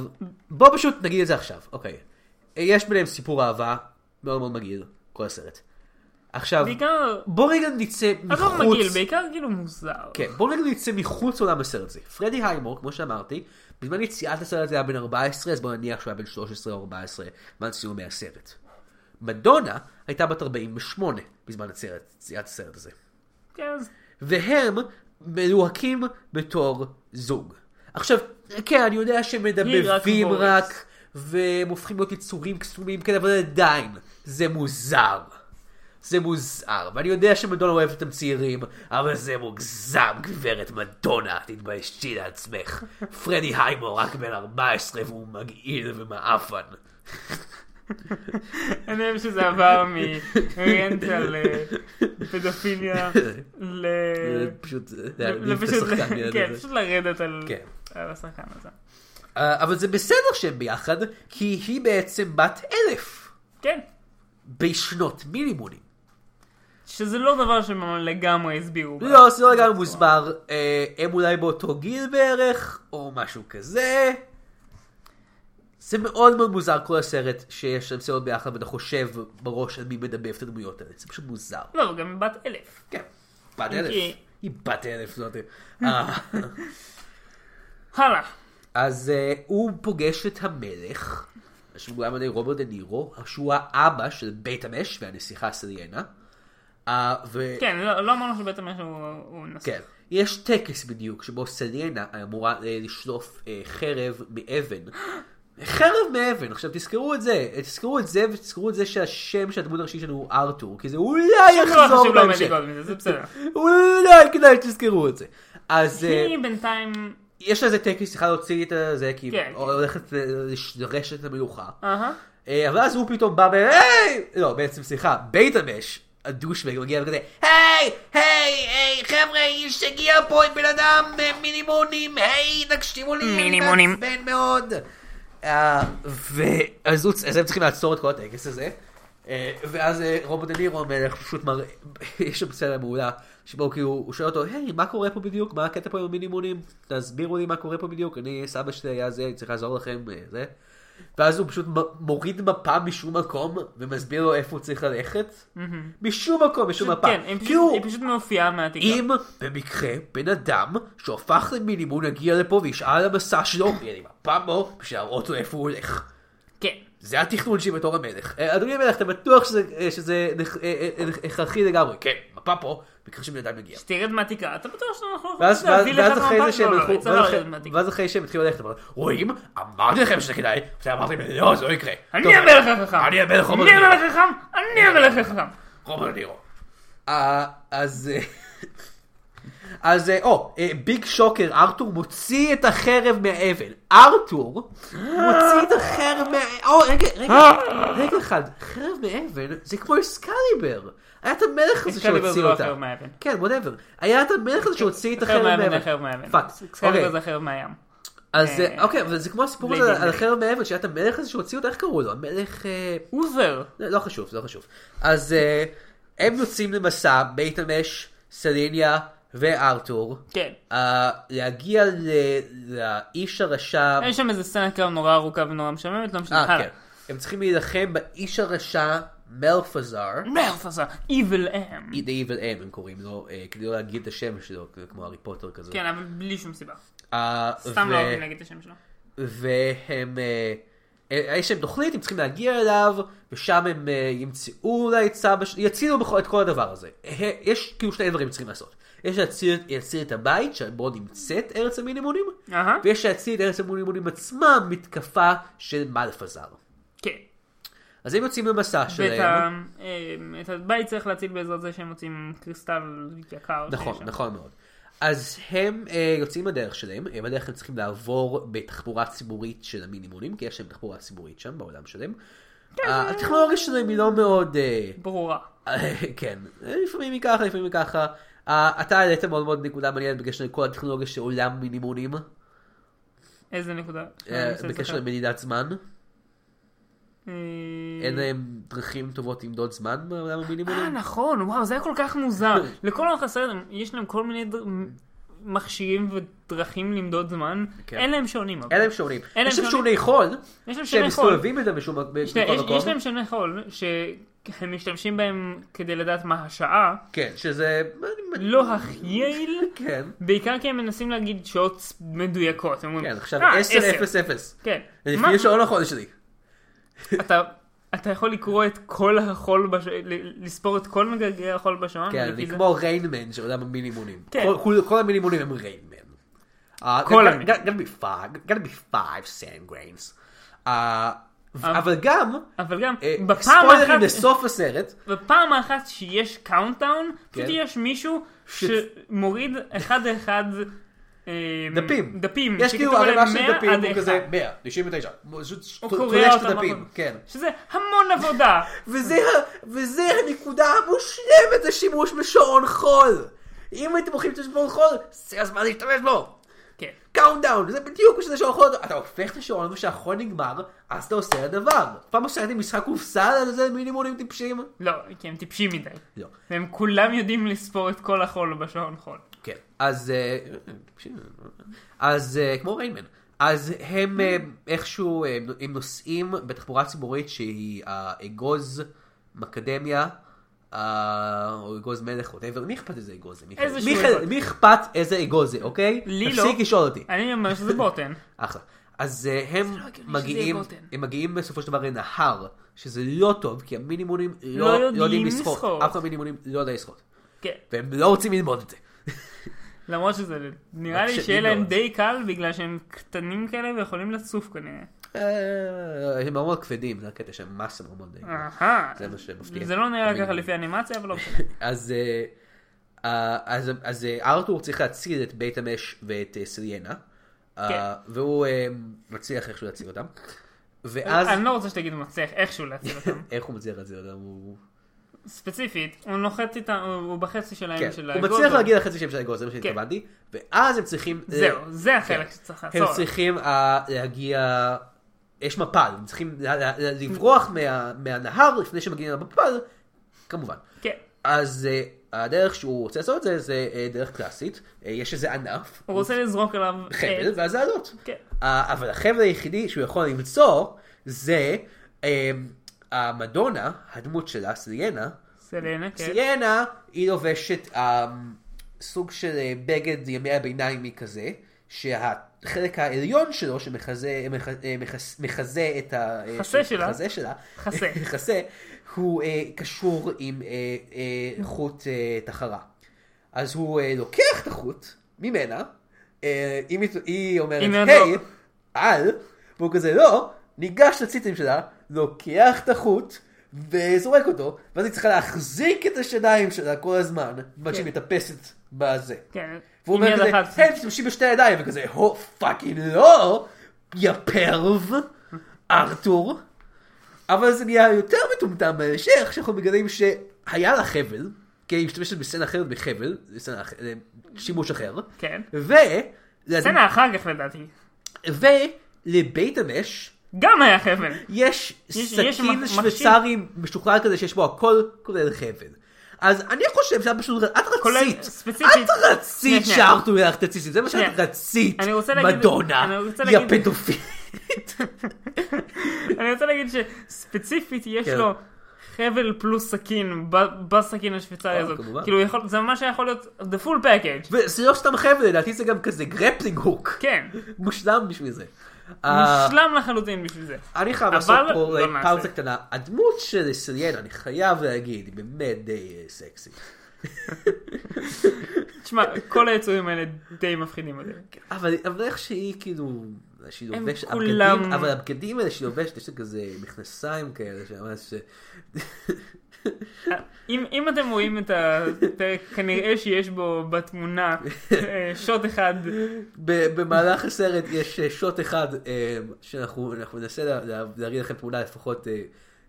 A: בוא פשוט נגיד את זה עכשיו, אוקיי. יש ביניהם סיפור אהבה מאוד מאוד מגעיל, כל הסרט. עכשיו,
B: בעיקר...
A: בוא רגע נצא
B: עזוב
A: מחוץ...
B: מגעיל, בעיקר כאילו מוזר.
A: כן, בואו נגיד נצא מחוץ לעולם הסרט הזה. פרדי היימור, כמו שאמרתי, בזמן יציאת הסרט הזה היה בן 14, אז בואו נניח שהוא היה בן 13 או 14, בזמן סיומי הסרט. מדונה הייתה בת 48 בזמן הסרט- יציאת הסרט הזה.
B: כן, אז
A: והם מלוהקים בתור זוג. עכשיו, כן, אני יודע שהם מדבבים
B: רק
A: רק, רק והם הופכים להיות יצורים קסומים כאלה, אבל עדיין, זה מוזר. זה מוזר, ואני יודע שמדונה אוהבת אתם צעירים, אבל זה מוגזם, גברת מדונה, תתביישי
B: *laughs*
A: לעצמך. פרדי היימו רק בן 14 והוא מגעיל ומעפן.
B: אני אוהב שזה עבר מרנט על אה, פדופיליה ל...
A: *laughs* זה פשוט, זה היה
B: ל-
A: מעליב את
B: פשוט-
A: השחקן, ילד
B: כן,
A: הזה.
B: פשוט לרדת על
A: כן.
B: על השחקן הזה.
A: אה, אבל זה בסדר שהם ביחד, כי היא בעצם בת אלף.
B: כן.
A: בשנות מינימונים. שזה
B: שזה לא דבר שהם לגמרי הסבירו. בה.
A: לא, זה לא לגמרי מוסבר. אה, הם אולי באותו גיל בערך, או משהו כזה. זה מאוד מאוד מוזר כל הסרט שיש להם סרט ביחד ואתה חושב בראש על מי מדבב את הדמויות האלה. זה פשוט מוזר.
B: לא, אבל גם בת אלף.
A: כן, בת אלף.
B: אוקיי.
A: היא בת אלף זאת. אה,
B: הלאה.
A: אז אה, הוא פוגש את המלך, שמוגלם על ידי רוברט דה נירו, שהוא האבא של בית המש והנסיכה סליאנה. אה, ו...
B: כן, לא לא אמרנו שבעצם משהו הוא- הוא נשא.
A: כן. יש טקס בדיוק, שבו סליאנה אמורה אה, לשלוף אה, חרב מאבן. *gasps* חרב מאבן, עכשיו תזכרו את זה, אה, תזכרו את זה ותזכרו את זה שהשם של הדמות הראשית שלנו הוא ארתור, כי זה אולי
B: לא
A: יחזור
B: חשוב למה
A: בהמשך.
B: לגעת מזה, זה בסדר.
A: אולי כדאי שתזכרו את זה. אז אה,
B: היא בינתיים...
A: יש לזה טקס, צריכה להוציא את זה, כי
B: כן,
A: היא הולכת אה, לשרש את המלוכה.
B: אהה.
A: אה, אבל אז הוא פתאום בא ב... היי! לא, בעצם סליחה, בית המש, הדושבג מגיע וכזה, היי! היי! היי! חבר'ה, יש הגיע פה את בן אדם אה, מינימונים! היי! תקשיבו לי!
B: מינימונים.
A: מעצבן מאוד! אה, ואז הוא- אז הם צריכים לעצור את כל הטקס הזה. אה, ואז אה, רוברט דה נירו המלך פשוט מראה, *laughs* יש שם סצנה מעולה, שבו כאילו הוא שואל אותו, היי, מה קורה פה בדיוק? מה הקטע פה עם המינימונים? תסבירו לי מה קורה פה בדיוק, אני, סבא שלי היה זה, אני צריך לעזור לכם, אה, זה. ואז הוא פשוט מ- מוריד מפה משום מקום, ומסביר לו איפה הוא צריך ללכת. משום מקום, משום מפה.
B: כן, היא פשוט-
A: כאילו,
B: היא פשוט מופיעה מהעתיקה.
A: אם במקרה בן אדם שהפך למינימום יגיע לפה וישאל על המסע שלו,
B: *coughs*
A: יהיה לי מפה בו בשביל להראות לו איפה הוא הולך.
B: כן.
A: זה התכנון שלי בתור המלך. אה, אדוני המלך, אתה בטוח שזה- אה, שזה נכ- אה, אה, אה, הכרחי לגמרי? כן, מפה פה, במקרה שבן אדם מגיע.
B: שתרד מהעתיקה, אתה בטוח שאנחנו יכולים
A: ואז
B: להביא
A: ואז- ואז
B: לך
A: אחרי
B: מהמפה?
A: זה שהם
B: לא, לא,
A: הלכו,
B: אי אפשר
A: ואז
B: לרדת
A: אחרי-
B: מהעתיקה.
A: ואז אחרי שהם התחילו ללכת, אבל רואים? אמרתי לכם שזה כדאי, ואתם אמרתם לי, לא, זה לא יקרה. טוב,
B: אני המלך החכם!
A: אני המלך רוברט
B: אני
A: נירו.
B: המלך החכם! אני המלך החכם!
A: רוברט נירו. אה, אז... אה, אז אה, או, אה, ביג שוקר, ארתור מוציא את החרב מהאבל. ארתור מוציא את החרב מה... או, רגע, רגע, רגע אחד. חרב מאבן זה כמו אסקליבר. היה את המלך הזה
B: אסקליבר זה
A: שהוציא
B: לא
A: אותה.
B: החרב מהאבן.
A: כן, וואטאבר. היה את המלך הזה שהוציא את
B: חרב
A: החרב
B: מהאבן
A: מהאבן.
B: זה חרב מהאבן.
A: פאק.
B: סקייבר
A: אוקיי.
B: זה חרב מהים.
A: אז אה,
B: אה,
A: אוקיי, אבל זה כמו הסיפור
B: בלי
A: הזה על
B: גמרי.
A: החרב מהאבן, שהיה את המלך הזה שהוציא אותה, איך קראו לו? המלך... אה,
B: עוזר.
A: לא לא חשוב, לא חשוב. אז אה, הם יוצאים למסע, בית המש, סליניה וארתור.
B: כן.
A: אה, להגיע ל- לאיש הרשע...
B: יש שם איזה סצנה קרב נורא ארוכה ונורא משעממת, לא משנה.
A: אה,
B: הלאה.
A: כן. הם צריכים להילחם באיש הרשע מלפזר.
B: מלפסה, Evil M.
A: The Evil M הם קוראים לו, אה, כדי לא להגיד את השם שלו, כמו הארי פוטר כזה.
B: כן, אבל בלי שום סיבה.
A: אה,
B: סתם לא
A: ו-
B: אוהבים להגיד את השם שלו.
A: והם... אה, אה, יש להם תוכנית, הם צריכים להגיע אליו, ושם הם אה, ימצאו אולי את סבא, ש- יצילו בכל- את כל הדבר הזה. אה, יש כאילו שני דברים צריכים לעשות. יש להציל, להציל את הבית, שבו נמצאת ארץ המינימונים,
B: אהה.
A: ויש להציל את ארץ המינימונים עצמה, מתקפה של מלפזר.
B: כן.
A: אז הם יוצאים למסע
B: ואת
A: שלהם.
B: ה- אה, את הבית צריך להציל בעזרת זה שהם מוצאים קריסטל יקר. שיש
A: נכון,
B: אוקיי, שם.
A: נכון מאוד. אז הם אה, יוצאים בדרך שלהם, הם בדרך הם צריכים לעבור בתחבורה ציבורית של המינימונים, כי יש להם תחבורה ציבורית שם בעולם שלהם.
B: כן.
A: אה, הטכנולוגיה שלהם היא לא מאוד... אה,
B: ברורה.
A: אה, *laughs* כן, אה, לפעמים היא ככה, לפעמים היא ככה. אה, אתה העלית מאוד מאוד נקודה מעניינת בקשר לכל הטכנולוגיה של עולם מינימונים,
B: איזה נקודה?
A: אה,
B: אני מנסה
A: בקשר
B: לזכר.
A: למדידת זמן.
B: אה,
A: אין להם דרכים טובות למדוד זמן בעולם
B: אה,
A: המינימונים.
B: נכון, וואו, זה היה כל
A: *laughs*
B: כך מוזר. לכל אורך הסרט הם- יש להם כל מיני דר- מ- מכשירים ודרכים למדוד זמן.
A: כן.
B: אין להם שעונים. אבל.
A: אין להם שעונים.
B: אין להם
A: יש להם
B: שעונים.
A: שעוני חול,
B: יש
A: שהם
B: להם שעוני חול.
A: מסתובבים איתם בשום מקום.
B: שני- יש- יש להם שני חול שהם משתמשים בהם כדי לדעת מה השעה.
A: כן, שזה...
B: לא הכי יעיל.
A: כן.
B: בעיקר כי הם מנסים להגיד שעות מדויקות. הם אומרים,
A: כן, עכשיו
B: "אה,
A: 10
B: עשר."
A: 0 0
B: כן. מה-
A: לפי שעון החודש שלי. כן,
B: אתה- אתה יכול לקרוא את כל החול, בש- ל- לספור את כל מגלגלי החול בשעון.
A: כן,
B: לפי
A: אני
B: זה.
A: כמו ריינמן של עולם המינימונים.
B: כן.
A: כל- כל- כל המינימונים הם אה, ריינמן.
B: כל המ-
A: gonna be five, gonna be five sand grains. אה, ו- אבל גם,
B: אבל גם,
A: אה,
B: בפעם Hmm,
A: ספוילרים
B: האחת...
A: לסוף הסרט,
B: בפעם האחת שיש קאונטאון, פשוט
A: כן.
B: יש מישהו
A: ש-
B: שמוריד אחד אחד אה,
A: דפים.
B: דפים.
A: יש כאילו
B: שכתוב
A: ערימה
B: עליהם
A: של
B: 100 עד
A: דפים, הוא כזה
B: אחד.
A: 100, 99. פשוט
B: הוא
A: תולש
B: קורע
A: את
B: אותם.
A: הדפים,
B: הכל.
A: כן.
B: שזה המון עבודה.
A: *laughs* וזה, ה- וזה הנקודה המושלמת לשימוש בשעון חול. אם הייתם הולכים לשעון חול, זה הזמן להשתמש בו.
B: כן.
A: קאונטדאון, זה בדיוק כשזה שעון חול, אתה הופך את השעון וכשהחול נגמר, אז אתה עושה הדבר. פעם עושה הייתי משחק קופסה על איזה מינימונים טיפשים?
B: לא, כי הם טיפשים מדי.
A: לא.
B: והם כולם יודעים לספור את כל החול בשעון חול.
A: כן. אז, אה, טיפשים, אז אה, כמו ריינמן. אז הם אה, איכשהו, אה, הם נוסעים בתחבורה ציבורית שהיא האגוז, אה, מקדמיה, אה, או אגוז מלך, whatever, מי אכפת איזה אגוז זה? מי אכפת-
B: איזשהו
A: מי אכפת-
B: אגוז.
A: מי אכפת איזה אגוז זה, אוקיי?
B: לי לא.
A: תפסיק לשאול אותי.
B: אני אומר שזה
A: *laughs*
B: בוטן.
A: אחלה. אז אה, הם
B: לא הגיוני
A: מגיעים,
B: שזה יהיה בוטן.
A: הם מגיעים בסופו של דבר לנהר, שזה לא טוב, כי המינימונים לא,
B: לא יודעים
A: לשחות.
B: לשחות.
A: אף אחד מהמינימונים לא יודע לשחות.
B: כן.
A: והם לא רוצים ללמוד את זה.
B: למרות שזה נראה
A: רק
B: לי
A: שאני
B: שיהיה
A: לא
B: להם
A: רוצה.
B: די קל בגלל שהם קטנים כאלה ויכולים לצוף כנראה.
A: אה, הם מאוד מאוד כבדים, זה הקטע שהם מסה מאוד מאוד גדולה.
B: אהה.
A: זה מה שמפתיע.
B: אה. זה לא נראה ככה
A: המינימום.
B: לפי האנימציה אבל לא משנה.
A: אז, אה, אה, אז, אז אה, ארתור צריך להציל את בית המש ואת אה, סליאנה, אה,
B: כן.
A: והוא אה, מצליח איכשהו להציל אותם. ואז,
B: אני לא רוצה שתגיד מצליח איכשהו להציל
A: *laughs*
B: אותם.
A: איך הוא מצליח להציל אותם? הוא...
B: ספציפית, הוא נוחת איתם, הוא הוא בחצי שלהם
A: כן,
B: של
A: הוא
B: האגוזו.
A: מצליח להגיע לחצי שם של האגוז, זה מה
B: כן.
A: שהתכוונתי, ואז הם צריכים... אה,
B: זהו, זה החלק שצריך
A: הם
B: לעשות.
A: צריכים אה, להגיע... יש מפל, הם צריכים לה- לה- לה- לברוח מה- מהנהר לפני שמגיעים למפל, כמובן.
B: כן.
A: אז אה, הדרך שהוא רוצה לעשות את זה, זה אה, דרך קלאסית, אה, יש איזה ענף,
B: הוא רוצה
A: *laughs*
B: לזרוק עליו
A: חבל,
B: עץ.
A: ואז לעלות.
B: כן.
A: אה, אבל החבל היחידי שהוא יכול למצוא, זה אה, המדונה, הדמות שלה, סליאנה,
B: סלנה, כן.
A: סיאנה היא לובשת um, סוג של אה, בגד ימי הביניימי כזה, שהחלק העליון שלו שמכסה מח, אה, מכס- מכסה את ה... אה,
B: חסה
A: ש-
B: שלה.
A: חזה שלה.
B: חסה.
A: *laughs* חסה, הוא אה, קשור עם אה, אה, חוט אה, תחרה. אז הוא אה, לוקח את החוט ממנה, אה, אם היא, היא
B: הנה
A: אומרת,
B: לא.
A: היי, על, והוא כזה לא, ניגש לציצים שלה, לוקח את החוט וזורק אותו, ואז היא צריכה להחזיק את השדיים שלה כל הזמן, בזמן שהיא מתאפסת בזה.
B: כן.
A: והוא
B: עם
A: אומר
B: יד
A: כזה,
B: אחת.
A: הם משתמשים בשתי ידיים, וכזה, הו פאקינג לא, יא פרב, ארתור. אבל זה נהיה יותר מטומטם בהמשך, שאנחנו מגלים שהיה לה חבל, כי היא משתמשת בסצנה אחרת בחבל, סצנה אח- אה, שימוש אחר,
B: כן.
A: ו...
B: סצנה אחר כך לדעתי.
A: ולבית המש
B: גם היה חבל.
A: *laughs* יש
B: יש
A: סכין
B: מח-
A: שוויצרי משוחרר כזה שיש בו הכל כולל חבל. אז אני חושב שאת פשוט, את
B: כולל-
A: רצית,
B: ספציפית-
A: את
B: שנייה,
A: רצית
B: שנייה.
A: שארתור ילך תציצית, זה מה שאת
B: שנייה.
A: רצית,
B: אני רוצה להגיד- אני
A: מדונה,
B: רוצה
A: יא
B: להגיד-
A: *laughs* פדופילית.
B: אני רוצה להגיד שספציפית יש
A: כן.
B: לו חבל פלוס סכין ב- בסכין השוויצרי
A: אה,
B: הזאת.
A: כמובן.
B: כאילו יכול- זה ממש היה יכול להיות the full
A: *laughs*
B: package.
A: וזה לא סתם חבל, לדעתי זה גם כזה גרפלינג הוק,
B: כן.
A: מושלם בשביל זה. אה,
B: מושלם לחלוטין בשביל זה.
A: אני חייב
B: אבל
A: לעשות פה
B: לא
A: אה,
B: נעשה.
A: פאוזה קטנה, הדמות של סליאנה, אני חייב להגיד, היא באמת די אה, סקסית.
B: תשמע, כל היצורים האלה די מפחידים אותי.
A: אבל, אבל איך שהיא כאילו, שהיא
B: הם
A: לובשת,
B: כולם-
A: הבגדים, אבל הבגדים האלה שהיא לובשת, יש לה כזה מכנסיים כאלה, שממש,
B: אם, אם אתם רואים את הפרק, כנראה שיש בו בתמונה אה, שוט אחד,
A: *laughs* ב- במהלך הסרט יש אה, שוט אחד אה, שאנחנו אנחנו ננסה לה, לה, להראה לכם תמונה לפחות אה,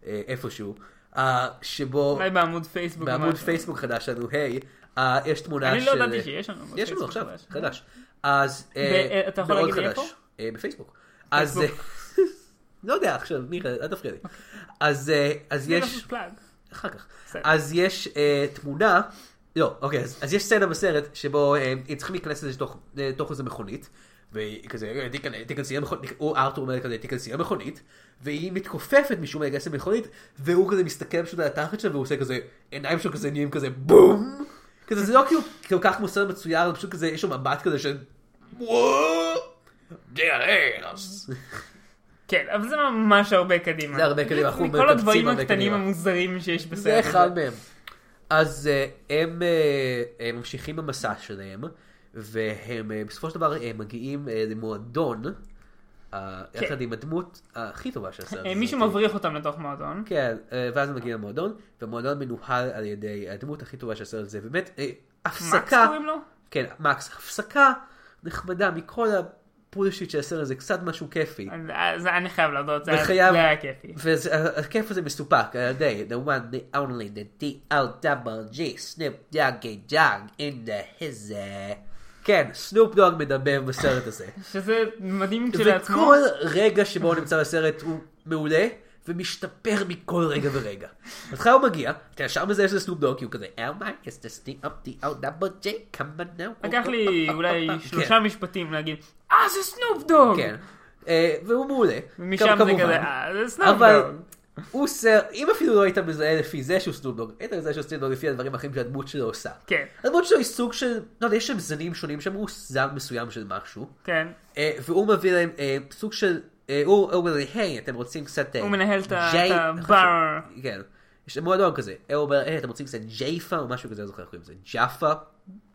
A: אה, איפשהו, אה, שבו
B: אולי בעמוד פייסבוק. או
A: בעמוד
B: משהו.
A: פייסבוק חדש שלנו, היי, אה, יש תמונה
B: אני
A: של...
B: לא ידעתי שיש לנו עמוד
A: יש לנו
B: פייסבוק
A: עכשיו,
B: חדש.
A: חדש. אז... אה,
B: ב- אה, אתה יכול
A: מאוד
B: להגיד לי
A: חדש.
B: איפה?
A: אה, בפייסבוק. אז... אה, *laughs* לא יודע עכשיו, מיכאל, אל תפריע לי. אז אה, אז
B: אוקיי. זה לא
A: יש...
B: פלאג.
A: אחר כך.
B: בסדר.
A: אז יש אה, תמונה, לא, אוקיי, אז, אז יש סצנה בסרט שבו אה, הם צריכים להיכנס לזה תוך, אה, תוך איזה מכונית, והיא כזה, "אה, תיכנס- תיכנסי למכונית, הוא ארתור אומר כזה, תיכנסי למכונית, והיא מתכופפת משום מה להיכנס למכונית, והוא כזה מסתכל פשוט על התחת שלה, והוא עושה כזה, עיניים שלו כזה נהיים כזה בום, כזה זה לא כאילו כל כך מוסר מצויר, אבל פשוט כזה, יש לו מבט כזה של וואו, דרס.
B: כן, אבל זה ממש הרבה קדימה.
A: זה הרבה קדימה, אנחנו
B: כל
A: מקבצים
B: הדברים
A: הרבה
B: הקטנים
A: קדימה.
B: המוזרים שיש בסרט.
A: זה
B: הזה.
A: אחד מהם. אז אה, הם אה, הם ממשיכים במסע שלהם, והם אה, בסופו של דבר אה, מגיעים אה, למועדון, אה, יחד עם הדמות הכי טובה של הסרט.
B: אה,
A: הזה.
B: מישהו מבריח אותם לתוך מועדון.
A: כן, אה, ואז הם מגיעים למועדון, והמועדון מנוהל על ידי הדמות הכי טובה של הסרט הזה, באמת, אה,
B: מקס
A: הפסקה,
B: קוראים לו?
A: כן, מקס, הפסקה נחמדה מכל הפולשיט של הסרט הזה, קצת משהו כיפי.
B: אה, זה אני חייב להודות, זה היה-
A: וחייב-
B: זה היה כיפי.
A: והכיף הזה מסופק על ידי the one, the only, the D-O-G-G, סנופ דוגי דוג, in the his... אה. כן, סנופ דוג מדמם בסרט
B: *laughs*
A: הזה.
B: שזה מדהים כשלעצמו.
A: וכל רגע שבו הוא נמצא בסרט הוא מעולה, ומשתפר מכל רגע ורגע. בהתחלה הוא מגיע, אתה ישר מזהה שזה סנופ דוג, כי הוא כזה, oh my, is this the up the out double G, come on now.
B: לקח לי
A: *laughs*
B: אולי שלושה משפטים להגיד, אה זה סנופ
A: כן,
B: דוג!
A: כן. אה, והוא מעולה.
B: ומשם זה
A: כמובן.
B: כזה, אה זה סנופ
A: אבל
B: דוג.
A: הוא סר, אם אפילו לא היית מזהה לפי זה שהוא סנופדוג, היית מזהה שהוא סנופדוג לפי הדברים האחרים שהדמות שלו עושה.
B: כן.
A: הדמות שלו היא סוג של, לא יודע, יש שם זנים שונים שאמרו זן מסוים של משהו,
B: כן.
A: אה, והוא מביא להם אה, סוג של, אה, הוא הוא אומר לי, היי, אתם רוצים קצת... אה,
B: הוא מנהל את ה-
A: ג'יי-"
B: את הבר.
A: כן. יש מועדון כזה, הוא אומר, היי, אתם רוצים קצת ג'ייפה או משהו כזה, אני לא זוכר איך קוראים לזה, ג'אפה?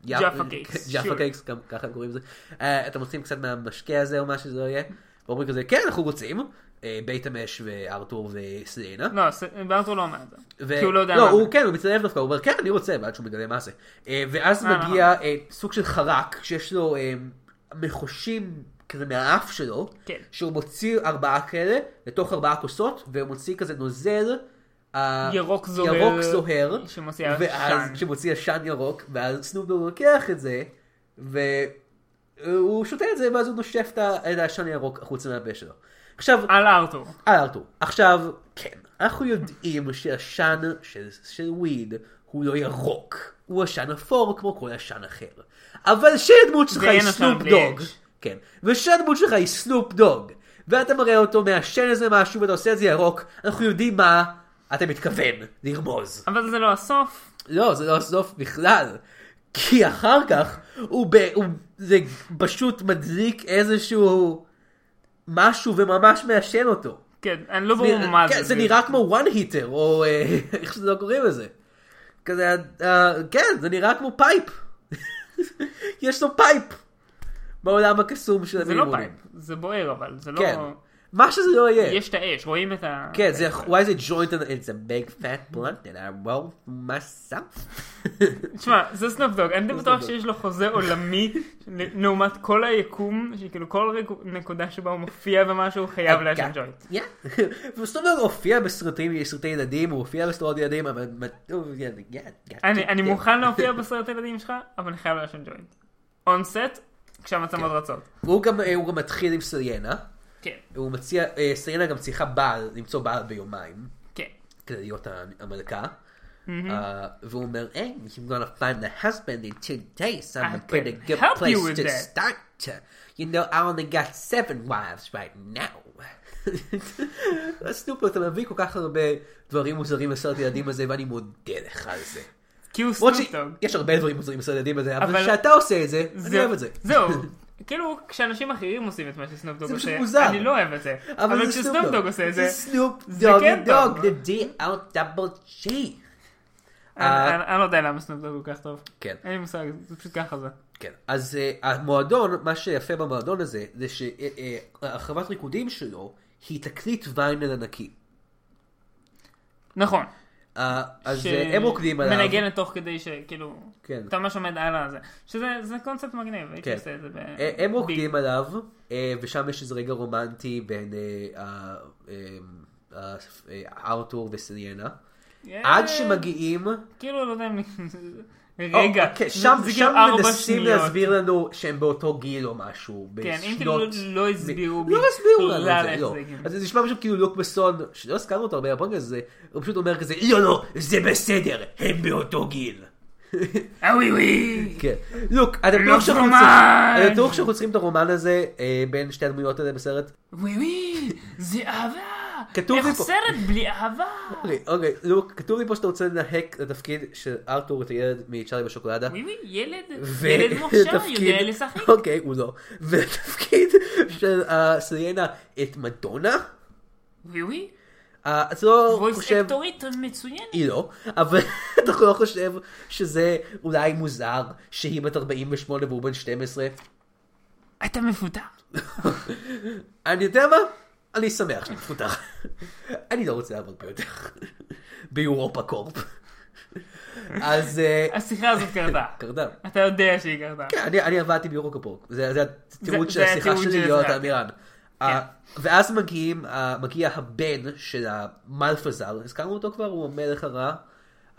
B: ג'אפה קייקס,
A: *laughs* ג'אפה
B: sure.
A: קייקס, גם ככה הם קוראים לזה. אה, אתם רוצים קצת מהמשקה הזה או מה שזה לא יהיה? ואומרים כזה, כן, אנחנו רוצים. אה, בייטמש וארתור וסלינה.
B: לא, ס- בארתור לא אומר את זה.
A: ו-
B: כי הוא לא יודע
A: לא,
B: מה
A: הוא
B: זה.
A: כן, הוא מתנדב דווקא, הוא אומר כן, אני רוצה, ועד שהוא מגלה מה זה. אה, ואז
B: אה,
A: מגיע אה, סוג של חרק, שיש לו אה, מחושים כזה מהאף שלו,
B: כן.
A: שהוא מוציא ארבעה כאלה, לתוך ארבעה כוסות, ומוציא כזה נוזל. אה,
B: ירוק זוהר.
A: ירוק זוהר.
B: שמוציא
A: ואז,
B: עשן.
A: שמוציא עשן ירוק, ואז סנובדוג לוקח את זה, והוא שותה את זה, ואז הוא נושף את ה- את העשן הירוק החוצה מהפה שלו. עכשיו,
B: על ארתור.
A: על ארתור. עכשיו, כן, אנחנו יודעים שעשן של, של וויד הוא לא ירוק. הוא עשן אפור כמו כל עשן אחר. אבל שהדמות שלך היא
B: ואין עשן
A: סנופ
B: בלי
A: דוג.
B: אש.
A: כן. ושהדמות שלך היא סנופ דוג. ואתה מראה אותו מעשן איזה משהו ואתה עושה את זה ירוק, אנחנו יודעים מה אתה מתכוון לרמוז.
B: אבל זה לא הסוף.
A: לא, זה לא הסוף בכלל. כי אחר כך הוא, ב... הוא זה פשוט מדליק איזשהו משהו וממש מעשן אותו.
B: כן, אני לא ברור
A: נראה-
B: מה
A: כן,
B: זה.
A: זה נראה כמו one hitter, או אה, *laughs* איך שזה לא קוראים לזה. כזה, אה, כן, זה נראה כמו פייפ. *laughs* יש לו פייפ בעולם הקסום של
B: זה לא
A: המימונים.
B: פייפ. זה בוער אבל. זה לא...
A: כן. מה שזה לא יהיה.
B: יש את האש, רואים את ה...
A: כן, זה, why is it joint and it's a big fat blunt that I roll
B: *laughs*
A: myself?
B: תשמע, זה סנאפדוג, אני די בטוח שיש לו חוזה עולמי *laughs* לעומת כל היקום, שכאילו כל רגע- נקודה שבה הוא מופיע במשהו הוא חייב לעשן ג'וינט.
A: כן. *laughs* וסטובר הופיע בסרטים, סרטי ילדים, הוא הופיע בסדרות ילדים, אבל... הוא- כן, כן,
B: אני אני
A: כן.
B: מוכן
A: *laughs*
B: לא- להופיע בסרט הילדים שלך, אבל אני חייב לעשן ג'וינט. אונסט,
A: כן.
B: כשהמצלמות רצות.
A: והוא גם- אה, הוא גם מתחיל עם סליינה.
B: כן,
A: הוא מציע, אה, סלינה גם צריכה בעל, למצוא בעל ביומיים,
B: כן.
A: כדי להיות ה- המלכה.
B: Mm-hmm.
A: אה, והוא אומר, היי, you're gonna find a husband in two days, I'm a
B: I
A: pretty
B: can
A: good
B: help you
A: place
B: with
A: to
B: that."
A: start. You know, I only got seven wives right now. *laughs* סנופר, אתה מביא כל כך הרבה דברים מוזרים לסרט ילדים הזה, ואני מודה לך על זה.
B: כי הוא
A: למרות
B: סנאפדוג.
A: שיש הרבה דברים מוזרים לסרט ילדים הזה, אבל
B: אבל-
A: כשאתה עושה את זה, אני אוהב את זה. *laughs*
B: זהו. כאילו, כשאנשים אחרים עושים את מה שסנאפדוג
A: זה פשוט
B: עושה,
A: מוזר.
B: אני לא אוהב את זה. אבל כשסנאפדוג עושה את זה,
A: זה סנופ
B: זה
A: דוג,
B: כן
A: דוג,
B: טוב.
A: the D-L-G. אה.
B: אני אני- אני לא יודע למה סנאפדוג הוא כל כך טוב.
A: כן.
B: אין לי מושג, זה פשוט ככה זה.
A: כן. אז אה, המועדון, מה שיפה במועדון הזה, זה שהרחבת ריקודים שלו היא תקליט ויינל ענקי.
B: נכון.
A: אה, אז
B: ש-
A: אה, הם רוקדים עליו.
B: מנגנת תוך כדי שכאילו,
A: כן.
B: אתה ממש עומד על הזה. שזה זה קונספט מגניב, הייתי
A: כן.
B: עושה את זה. ב-
A: אה, הם
B: ב-
A: רוקדים עליו, אה, ושם יש איזה רגע רומנטי בין אה, אה, אה, אה, ארתור וסליאנה.
B: אה,
A: עד שמגיעים...
B: כאילו, לא יודע אם... רגע,
A: אוקיי,
B: זה-
A: שם
B: זה כאילו
A: שם
B: ארבע
A: מנסים
B: שניות.
A: להסביר לנו שהם באותו גיל או משהו.
B: כן, אם
A: בשנות-
B: כאילו לא הסבירו
A: לא הסבירו לנו
B: בכלל
A: את זה,
B: איך
A: לא.
B: זה כן. הגיוני.
A: אז זה נשמע פשוט כאילו לוק בסון, שלא הזכרנו אותו הרבה בפרק הזה, הוא פשוט אומר כזה, לא, לא, זה בסדר, הם באותו גיל.
B: אה, וואי וואי.
A: כן. לוק, אתה בטוח שאנחנו
B: רומן!
A: צריכים- אתה בטוח שאנחנו צריכים את הרומן הזה אה, בין שתי הדמויות האלה בסרט?
B: וואי וואי, זה אהבה.
A: כתוב לי
B: איך
A: פה-
B: סרט בלי אהבה?
A: אוקיי, אוקיי, לוק, כתוב לי פה שאתה רוצה לנהק לתפקיד של ארתור את הילד מצ'ארלי בשוקולדה.
B: וואי וואי, ילד,
A: ו-
B: ילד
A: *laughs*
B: מוכשר
A: לתפקיד-
B: יודע לשחק.
A: אוקיי, הוא לא. ולתפקיד של אה, סליאנה את מדונה.
B: וואי וואי,
A: אה, אתה לא
B: וויס
A: חושב...
B: אקטורית מצוינת.
A: היא לא, אבל *laughs* אתה לא חושב שזה אולי מוזר שהיא בת 48 והוא בן 12?
B: אתה מפוטר.
A: *laughs* אני יודע מה? אני שמח שאני מפוטר. *laughs* אני לא רוצה לעבוד פה יותר. *laughs* באירופה קורפ. *laughs* אז... אה,
B: השיחה הזאת
A: *laughs*
B: קרתה.
A: קרדה.
B: אתה יודע שהיא קרתה.
A: כן, אני, אני עבדתי ביורוקפורק, זה, זה התיעוד
B: זה-
A: של
B: זה
A: השיחה
B: התיעוד
A: שלי
B: של
A: להיות
B: זה. כן.
A: אמירן. אה, ואז מגיעים, אה, מגיע הבן של המלפזר, הזכרנו אותו כבר, הוא המלך הרע.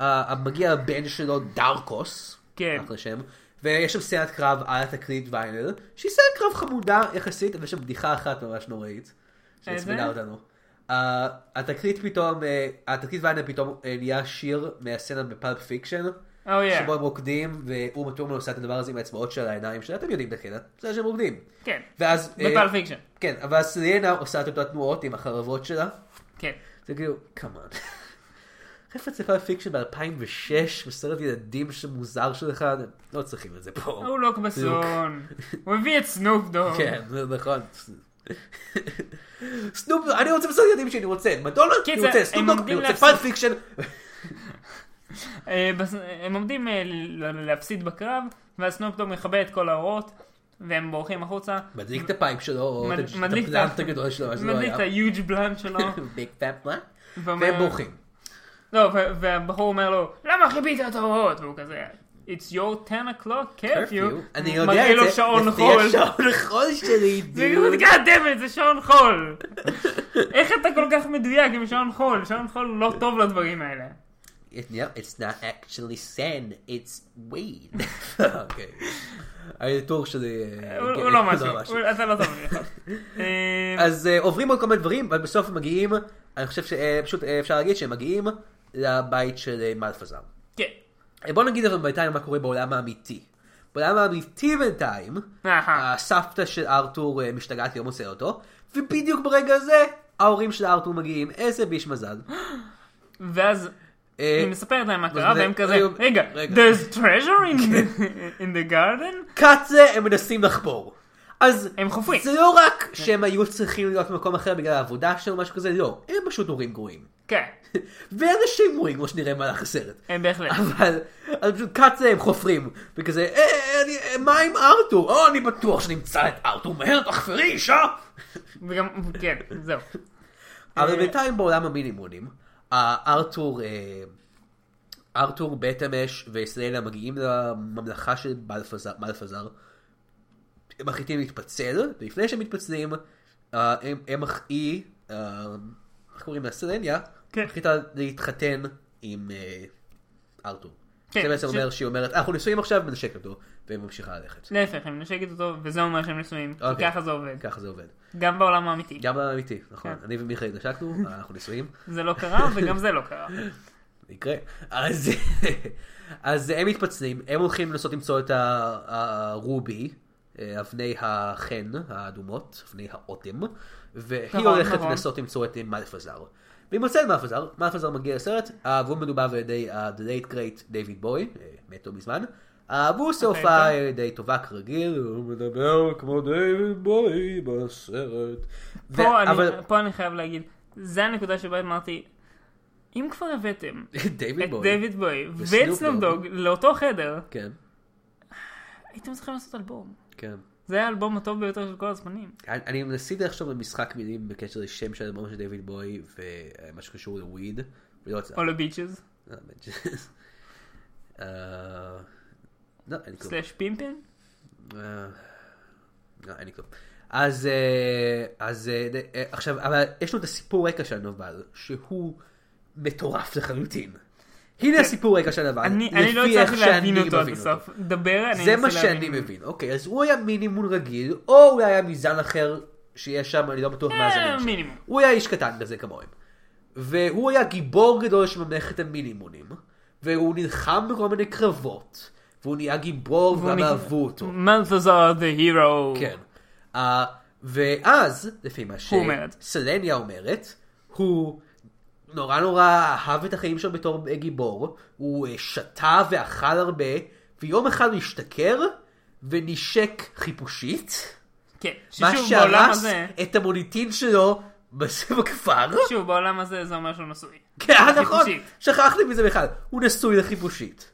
A: אה, מגיע הבן שלו, דרקוס,
B: כן.
A: אחלה שם, ויש שם סצנת קרב על התקליט ויינל, שהיא סצנת קרב חמודה יחסית, אבל יש שם בדיחה אחת ממש נוראית, שהצמידה
B: איזה?
A: אותנו. אה, התקליט פתאום, אה, התקליט ויינל פתאום אה, נהיה שיר מהסצנה בפלפ פיקשן.
B: Oh, yeah.
A: שבו הם רוקדים, ואומה תורמן עושה את הדבר הזה עם האצבעות של העיניים שלה, אתם יודעים את הקטע, זה שהם רוקדים.
B: כן.
A: ואז... אה,
B: בפלפיקשן.
A: כן, אבל סליאנה עושה את אותה תנועות עם החרבות שלה,
B: כן.
A: זה כאילו, כמובן. *laughs* חבר'ה זה פעם פיקשן ב-2006, מסרט ילדים שמוזר של אחד, לא צריכים את זה פה.
B: הוא
A: *laughs*
B: לוקבסון. הוא הביא את סנופ דוג.
A: כן, זה נכון. *laughs* סנופ, אני רוצה בסרט ילדים שאני רוצה, מדונה, אני
B: קיצר,
A: רוצה
B: כן, הם
A: סנופ, לא, אני
B: עומדים
A: רוצה
B: להפסיק.
A: פאנט פיקשן.
B: אה, בס- הם עומדים אה, ל- להפסיד בקרב, ואז סנופ דוג מכבה את כל האורות, והם בורחים החוצה.
A: מדליק את הפייפ שלו, או את
B: מד-
A: ה- את
B: מדליק את
A: הפלאנט
B: ה-
A: הגדול שלו, מה שלא
B: מדליק
A: היה.
B: את ה-huge
A: *laughs*
B: בלאנד שלו.
A: ביג פאפ, מה?
B: ואומר-
A: והם בורחים.
B: לא, ו- והבחור אומר לו, למה חיבית את האורות? והוא כזה, It's your 10 o'clock curfew.
A: אני יודע את זה,
B: מראה לו שעון
A: לפי
B: חול.
A: השעון חול שלי,
B: *laughs* זה
A: דוד.
B: God damn it, זה שעון חול. איך אתה כל כך מדויק עם שעון חול? שעון חול לא טוב לדברים האלה.
A: It- no, it's not actually sand, it's weed. *laughs* אוקיי. הניטור שלי... אה,
B: הוא
A: כן, *laughs*
B: הוא לא משהו, הוא- אתה לא טוב לי. אה,
A: אז אה, עוברים עוד כל מיני דברים, אבל בסוף הם מגיעים, אני חושב שפשוט אה, אפשר להגיד שהם מגיעים לבית של אה, מלפזר.
B: כן.
A: אה, בוא נגיד אבל בינתיים מה קורה בעולם האמיתי. בעולם האמיתי בינתיים,
B: אהה.
A: הסבתא של ארתור אה, משתגעת כי לא מוצא אותו, ובדיוק ברגע הזה ההורים של ארתור מגיעים, איזה ביש
B: *gasps*
A: מזל.
B: ואז
A: אה,
B: היא מספרת להם מה קרה,
A: וזה-
B: והם כזה,
A: רגע,
B: רגע,
A: רגע. כן.
B: there's treasure in the- in the garden?
A: קאט זה הם מנסים לחפור. אז
B: הם חופרים. כן.
A: זה לא רק שהם היו צריכים להיות במקום אחר בגלל העבודה שלהם או משהו כזה, לא, הם פשוט הורים גרועים. *laughs*
B: כן,
A: ואנשים גרועים, כמו שנראה במהלך הסרט.
B: הם בהחלט.
A: אבל, אז פשוט קאט זה הם חופרים, וכזה, "אה, אה, אני- אה, מה עם ארתור? או, אני בטוח שנמצא את ארתור מהר, תחפרי אישה!
B: וגם, כן, זהו. אה.
A: אבל בינתיים בעולם המינימונים, אה, ארתור, אה, ארתור, בית אמש וסלנה מגיעים לממלכה של בלפזר, מלפזר, הם מחליטים להתפצל, ולפני שהם מתפצלים, אה, הם, הם אח- היא, אה, איך קוראים לה? סלניה,
B: כן.
A: החליטה להתחתן עם אה, ארתור.
B: כן,
A: זה בעצם
B: ש-
A: אומר שהיא אומרת, אנחנו נשואים עכשיו ונשק אותו, וממשיכה ללכת.
B: להפך, הם נשקת אותו, וזה אומר שהם נשואים. כי
A: אוקיי.
B: ככה זה עובד.
A: ככה זה עובד.
B: גם בעולם האמיתי.
A: גם אמיתי, נכון.
B: כן.
A: אני ומיכאל נשקנו, אנחנו נשואים.
B: זה לא קרה, וגם זה לא
A: *laughs*
B: קרה.
A: יקרה. אז, *laughs* אז הם מתפצלים, הם הולכים לנסות למצוא את ה- הרובי, אה, אבני החן האדומות, אבני האוטם, והיא
B: נכון,
A: הולכת
B: נכון.
A: לנסות למצוא את מלפזר. והיא מוצאת את מלפזר, מלפזר מגיע לסרט, אה, והוא מדובב על ידי ה-The Late Great David Boy, אה, מתו מזמן. אה, והוא
B: אוקיי,
A: עושה הופעה אה, די טובה כרגיל, הוא מדבר כמו דיוויד בוי בסרט. ו-
B: פה אני-
A: אבל *laughs*
B: פה אני חייב להגיד, זה הנקודה שבה אמרתי, אם כבר הבאתם
A: דיוויד
B: את
A: בוי,
B: דיוויד בוי
A: וסנופ
B: ואת סנופ
A: דוג.
B: דוג לאותו חדר,
A: כן,
B: הייתם צריכים לעשות אלבום.
A: כן.
B: זה היה האלבום הטוב ביותר של כל הזמנים.
A: אני- אני מנסים לחשוב על משחק מילים בקשר לשם של אלבום של דיוויד בוי ומה שקשור לוויד, לא ולא יצא.
B: או לביצ'ז,
A: אה, bitches. אה, לא, אין לי כלום.
B: סלאש פימפין.
A: אה, לא, אין לי כלום. אז, אה, אז אה, ד- אה, עכשיו, אבל יש לו את הסיפור רקע של הנבל, שהוא מטורף לחלוטין. הנה הסיפור רקע של הנבל,
B: כן. אני אני לא
A: לפי
B: הצלחתי
A: איך
B: להבין
A: שאני
B: אותו עד
A: מבין
B: הסוף. דבר, אני
A: זה
B: אנסה
A: מה שאני
B: להבין.
A: מבין. אוקיי, אז הוא היה מינימום רגיל, או אולי היה מזן אחר שיש שם, אני לא בטוח מה
B: אה,
A: הזנים שלו.
B: מינימום.
A: הוא היה איש קטן כזה כמוהם. והוא היה גיבור גדול של ממלכת המינימונים, והוא נלחם בכל מיני קרבות, והוא נהיה גיבור
B: והוא
A: וגם
B: נק-
A: אהבו אותו.
B: מלתזר the hero.
A: כן. Uh, ואז, לפי מה
B: הוא אומרת.
A: שסלניה אומרת, הוא נורא נורא אהב את החיים שלו בתור אה, גיבור, הוא אה, שתה ואכל הרבה, ויום אחד הוא השתכר ונשק חיפושית,
B: כן.
A: מה
B: ששוב בעולם
A: שהרס
B: הזה,
A: את המוניטין שלו בס- בכפר.
B: שוב בעולם הזה זה אומר שהוא נשוי.
A: *laughs* כן, אה, נכון,
B: חיפושית.
A: שכחתי מזה בכלל, הוא נשוי לחיפושית.